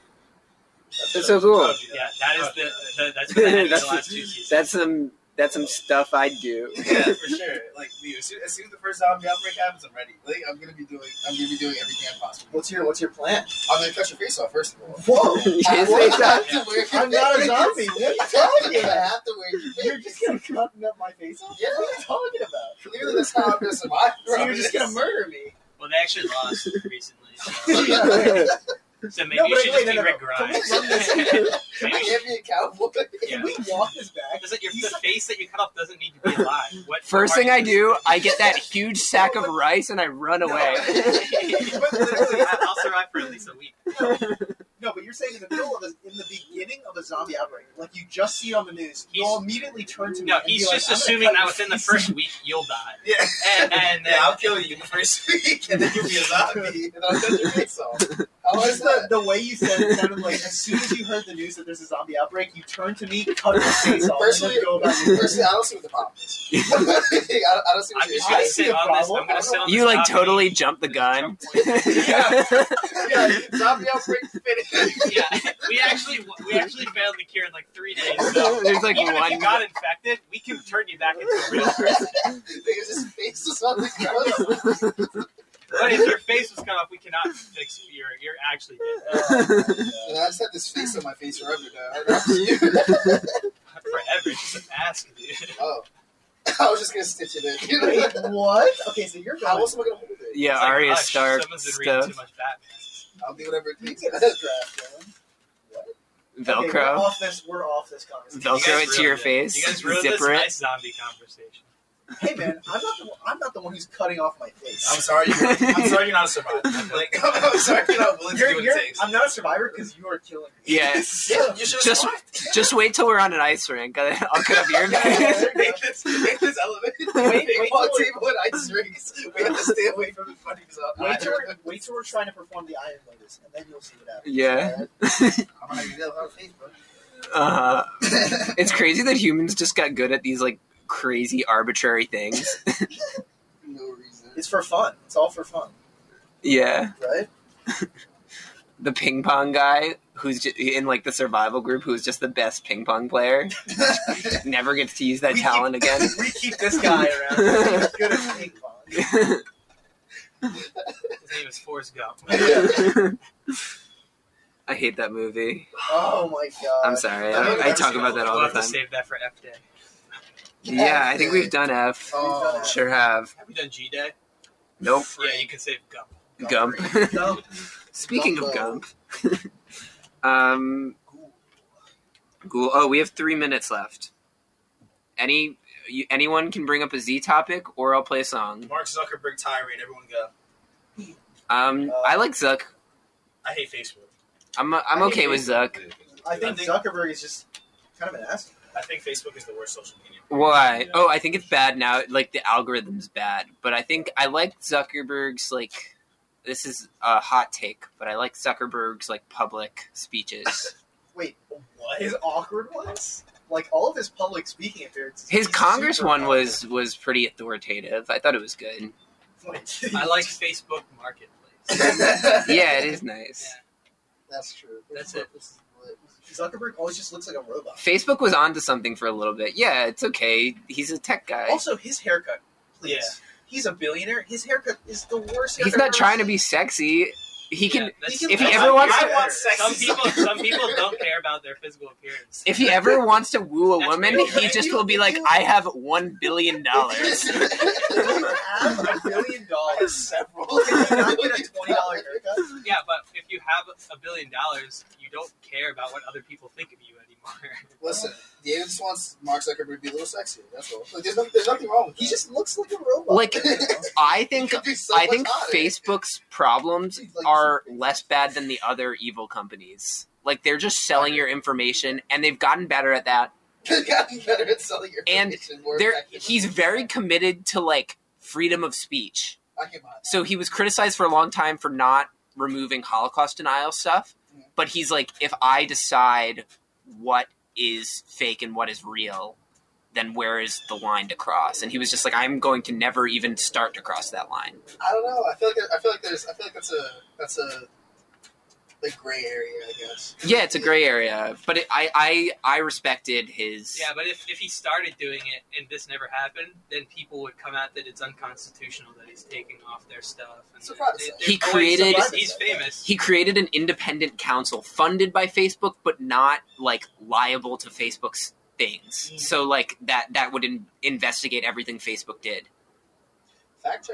Speaker 2: That's so cool.
Speaker 10: Yeah, that is the, the that's what
Speaker 2: <laughs>
Speaker 10: I had in the
Speaker 2: That's-
Speaker 10: last two seasons.
Speaker 2: That's some that's some stuff I do.
Speaker 5: Yeah, for sure. Like, dude, as soon as, soon as the first zombie outbreak happens, I'm ready. Like, I'm gonna be doing, I'm gonna be doing everything I possibly.
Speaker 3: What's your What's your plan?
Speaker 5: I'm gonna cut your face off first of all.
Speaker 3: Whoa!
Speaker 2: <laughs> You
Speaker 5: I
Speaker 2: can't
Speaker 5: will
Speaker 2: say that.
Speaker 5: have to wear-
Speaker 3: I'm
Speaker 5: <laughs>
Speaker 3: not a zombie. What are you talking
Speaker 5: I
Speaker 3: about?
Speaker 5: have to wear your face.
Speaker 3: You're just gonna cut up my face off?
Speaker 5: Yeah.
Speaker 3: What are you talking about?
Speaker 5: Clearly, that's how I'm gonna survive.
Speaker 3: So you're
Speaker 5: from
Speaker 3: just
Speaker 5: this.
Speaker 3: gonna murder me?
Speaker 10: Well, they actually lost recently, so,
Speaker 3: Yeah, right.
Speaker 10: so maybe
Speaker 3: No,
Speaker 10: you
Speaker 3: but
Speaker 10: should
Speaker 3: wait,
Speaker 10: just
Speaker 3: no,
Speaker 10: be
Speaker 3: no, no.
Speaker 10: Rick
Speaker 3: Can we
Speaker 10: Grimes.
Speaker 3: run this?
Speaker 10: <laughs> Maybe
Speaker 5: I
Speaker 10: you should-
Speaker 5: can't be a cowboy.
Speaker 10: Yeah.
Speaker 3: Can we walk this back?
Speaker 10: Does it, your,
Speaker 3: He's
Speaker 10: the
Speaker 3: so-
Speaker 10: face that you cut off doesn't need
Speaker 3: <laughs>
Speaker 10: to be alive. What
Speaker 2: First
Speaker 10: part
Speaker 2: thing I
Speaker 10: is-
Speaker 2: do, I get that huge sack of rice and I run
Speaker 5: <laughs>
Speaker 10: <laughs>
Speaker 2: away.
Speaker 10: But literally, I- <laughs> I'll survive for at least a week.
Speaker 3: No, but you're saying in the middle of a, in the beginning of a zombie outbreak, like you just see on the news, you'll
Speaker 10: He's-
Speaker 3: immediately turn to me.
Speaker 10: No,
Speaker 3: and be
Speaker 10: he's
Speaker 3: like,
Speaker 10: just
Speaker 3: "I'm gonna
Speaker 10: assuming
Speaker 3: cut
Speaker 10: that
Speaker 3: your
Speaker 10: within
Speaker 3: <laughs>
Speaker 10: the
Speaker 3: face
Speaker 10: first week you'll die,
Speaker 5: Yeah.
Speaker 10: and, and then
Speaker 5: yeah, I'll kill you
Speaker 3: <laughs>
Speaker 5: first week, and then you'll be a
Speaker 10: <laughs>
Speaker 5: zombie, and I'll cut your face off. <laughs> How
Speaker 3: Just
Speaker 5: is
Speaker 3: the,
Speaker 5: that?
Speaker 3: the way you said it sounded like as soon as you heard the news that there's a zombie outbreak, you turn to me, cut
Speaker 5: <laughs>
Speaker 3: your face off, and
Speaker 5: Personally,
Speaker 3: then go about
Speaker 5: <laughs>
Speaker 3: your
Speaker 5: personally, I don't see what the problem is. I, don't, I don't see what
Speaker 10: I'm
Speaker 5: the issue
Speaker 10: just gonna
Speaker 3: I
Speaker 5: is.
Speaker 3: see
Speaker 10: sit
Speaker 3: a
Speaker 10: on this.
Speaker 3: problem.
Speaker 10: I'm gonna sit on
Speaker 2: You
Speaker 10: this
Speaker 2: like
Speaker 10: balcony.
Speaker 2: totally jump the gun. <laughs>
Speaker 5: Yeah. Yeah, zombie outbreak finished.
Speaker 10: yeah, we actually we actually found the cure in like three days. So
Speaker 2: There's like
Speaker 10: even if you
Speaker 2: one
Speaker 10: got infected, we can turn you back into a
Speaker 2: <laughs>
Speaker 10: real person.
Speaker 5: Because his face was on the ground.
Speaker 10: But if your face was cut off, we cannot fix you. You're, you're actually dead
Speaker 5: And I just had this face on my face forever now. I don't know.
Speaker 10: forever. It's Just ask, dude.
Speaker 5: <laughs> Oh. I was just gonna stitch it in.
Speaker 3: Wait, what? Okay, so
Speaker 5: <laughs>
Speaker 3: you're
Speaker 5: How
Speaker 3: going.
Speaker 5: else am I gonna hold it?
Speaker 2: Yeah,
Speaker 10: It's like,
Speaker 2: Arya
Speaker 10: hush,
Speaker 2: Stark
Speaker 10: Someone's been reading
Speaker 2: stuff.
Speaker 10: too much Batman.
Speaker 5: I'll do whatever it
Speaker 3: You
Speaker 5: takes.
Speaker 3: get a draft, Dylan. Okay, we're
Speaker 2: Velcro.
Speaker 3: off this. We're off this conversation.
Speaker 10: You guys
Speaker 2: Velcro it to your
Speaker 10: ruined it. You
Speaker 2: face.
Speaker 10: guys ruined this
Speaker 2: Zipper it.
Speaker 10: nice zombie conversation.
Speaker 5: Hey man, I'm not the one, I'm not the one who's cutting off my face.
Speaker 4: I'm sorry. You're, I'm sorry you're not a survivor.
Speaker 5: <laughs>
Speaker 4: Like, I'm sorry you're not willing to do
Speaker 5: You're-
Speaker 4: what
Speaker 5: you're-
Speaker 4: it takes.
Speaker 5: I'm not a survivor because you are killing me.
Speaker 2: Yeah.
Speaker 10: <laughs>
Speaker 4: Yeah, you should
Speaker 2: Just-
Speaker 4: just
Speaker 2: Just wait till we're on an ice rink. I'll cut
Speaker 10: <laughs>
Speaker 2: up your
Speaker 5: Yeah. <laughs>
Speaker 2: face.
Speaker 4: make this, make this elevated.
Speaker 2: <laughs>
Speaker 5: Wait- wait
Speaker 4: While
Speaker 5: till we-
Speaker 4: table and ice rinks. We have to stay away from the funny stuff.
Speaker 5: Wait till, we're, wait till we're trying to perform the Iron Lotus, and then you'll see what happens.
Speaker 2: Yeah.
Speaker 5: Alright?
Speaker 2: <laughs>
Speaker 5: I'm gonna have you deal with Facebook.
Speaker 10: <laughs>
Speaker 2: Uh, it's crazy that humans just got good at these like crazy arbitrary
Speaker 10: <laughs>
Speaker 2: things.
Speaker 5: No reason. It's for fun. It's all for <laughs> fun,
Speaker 2: yeah,
Speaker 5: right?
Speaker 2: <laughs> the ping pong guy who's just, in like the survival group who's just the best ping pong player never gets to use that
Speaker 4: We keep-
Speaker 2: talent again.
Speaker 4: we keep this
Speaker 5: This guy around. He's good at <laughs> ping pong.
Speaker 3: His name is Forrest Gump.
Speaker 2: <laughs> I hate that movie.
Speaker 5: Oh my god. <laughs>
Speaker 2: I'm sorry.
Speaker 5: I
Speaker 2: I,
Speaker 5: haven't
Speaker 2: I talk
Speaker 5: seen
Speaker 2: about that all
Speaker 3: we'll
Speaker 2: the
Speaker 3: have to
Speaker 2: time.
Speaker 3: save that for F Day.
Speaker 2: Yeah, I think we've done F.
Speaker 5: Oh.
Speaker 2: Sure have.
Speaker 3: Have we done G Day?
Speaker 2: Nope.
Speaker 3: Yeah, you can save Gump.
Speaker 2: Gump.
Speaker 5: Gump.
Speaker 2: <laughs> Speaking of Gump, <laughs>
Speaker 5: Gumbo.
Speaker 2: um, Ghoul. Oh, we have three minutes left. Any you, anyone can bring up a Z topic, or I'll play a song.
Speaker 4: Mark Zuckerberg tirade. Everyone go.
Speaker 2: Um, I like Zuck.
Speaker 4: I hate Facebook.
Speaker 2: I'm I'm okay with Zuck.
Speaker 5: I think
Speaker 4: I think-
Speaker 5: Zuckerberg is just kind of an ass.
Speaker 4: I think Facebook is the worst social media.
Speaker 2: Why? Oh, I think it's bad now. Like the algorithm's bad, but I think I like Zuckerberg's like. This is a hot take, but I like Zuckerberg's like public speeches.
Speaker 5: Wait,
Speaker 4: What?
Speaker 5: his awkward ones? Like all of his public speaking appearances.
Speaker 2: His
Speaker 5: he's
Speaker 2: Congress
Speaker 5: super
Speaker 2: one
Speaker 5: awkward.
Speaker 2: was was pretty authoritative. I thought it was good.
Speaker 3: I like Facebook
Speaker 2: <laughs>
Speaker 3: Marketplace.
Speaker 2: Yeah, it is nice.
Speaker 5: That's true.
Speaker 3: That's it.
Speaker 5: Zuckerberg always just looks like a robot.
Speaker 2: Facebook was onto something for a little bit. Yeah, it's okay. He's a tech guy.
Speaker 5: Also, his haircut. Please.
Speaker 3: Yeah.
Speaker 5: He's a billionaire. His haircut is the worst.
Speaker 2: He's
Speaker 5: haircut I've
Speaker 2: not
Speaker 5: ever
Speaker 2: trying to
Speaker 5: seen.
Speaker 2: be sexy. He
Speaker 3: Yeah,
Speaker 2: can if
Speaker 3: that's-
Speaker 2: he
Speaker 3: that's-
Speaker 2: ever wants-
Speaker 4: I want sexy
Speaker 3: some people some people don't care about their physical appearance.
Speaker 2: if he ever wants to woo a
Speaker 3: That's
Speaker 2: woman,
Speaker 3: real,
Speaker 2: he
Speaker 3: right?
Speaker 2: just will be like, "I have one billion dollars."
Speaker 5: <laughs> <laughs> If you have a billion dollars,
Speaker 4: several.
Speaker 5: can you not get a twenty dollar haircut?
Speaker 3: Yeah, but if you have a billion dollars, you don't care about what other people think of you anymore. <laughs>
Speaker 11: Listen, David just wants Mark Zuckerberg to be a little sexier. That's all. Like, there's, no, there's nothing wrong with
Speaker 5: He
Speaker 11: that.
Speaker 5: just looks like a
Speaker 11: <laughs>
Speaker 5: robot.
Speaker 2: Like, I think
Speaker 11: Could be so
Speaker 2: I
Speaker 11: much
Speaker 2: think
Speaker 11: hotter.
Speaker 2: Facebook's
Speaker 11: <laughs>
Speaker 2: problems
Speaker 11: He's like- <laughs>
Speaker 2: are less bad than the other evil companies. Like they're just selling your information, and they've gotten better at that.
Speaker 11: They've gotten better at selling your
Speaker 2: And
Speaker 11: information more
Speaker 2: They're,
Speaker 11: effectively.
Speaker 2: he's very committed to like freedom of speech.
Speaker 11: I can buy
Speaker 2: so he was criticized for a long time for not removing Holocaust denial stuff.
Speaker 11: Mm-hmm.
Speaker 2: But he's like, if I decide what is fake and what is real, then where is the line to cross? And he was just like, I'm going to never even start to cross that line.
Speaker 11: that. I don't know. I feel like I feel like there's I feel like that's a that's a like gray area, I guess.
Speaker 2: Yeah, it's a gray area, but it, I, I I respected his.
Speaker 3: Yeah, but if, if he started doing it and this never happened, then people would come out that it's unconstitutional that he's taking off their stuff. And
Speaker 11: Surprise.
Speaker 3: they- they-
Speaker 2: He
Speaker 3: oh, wait,
Speaker 2: created-
Speaker 3: surprise, He's famous.
Speaker 2: He created an independent council funded by Facebook, but not like liable to Facebook's things. So like that that would in- investigate everything Facebook did.
Speaker 11: Fact check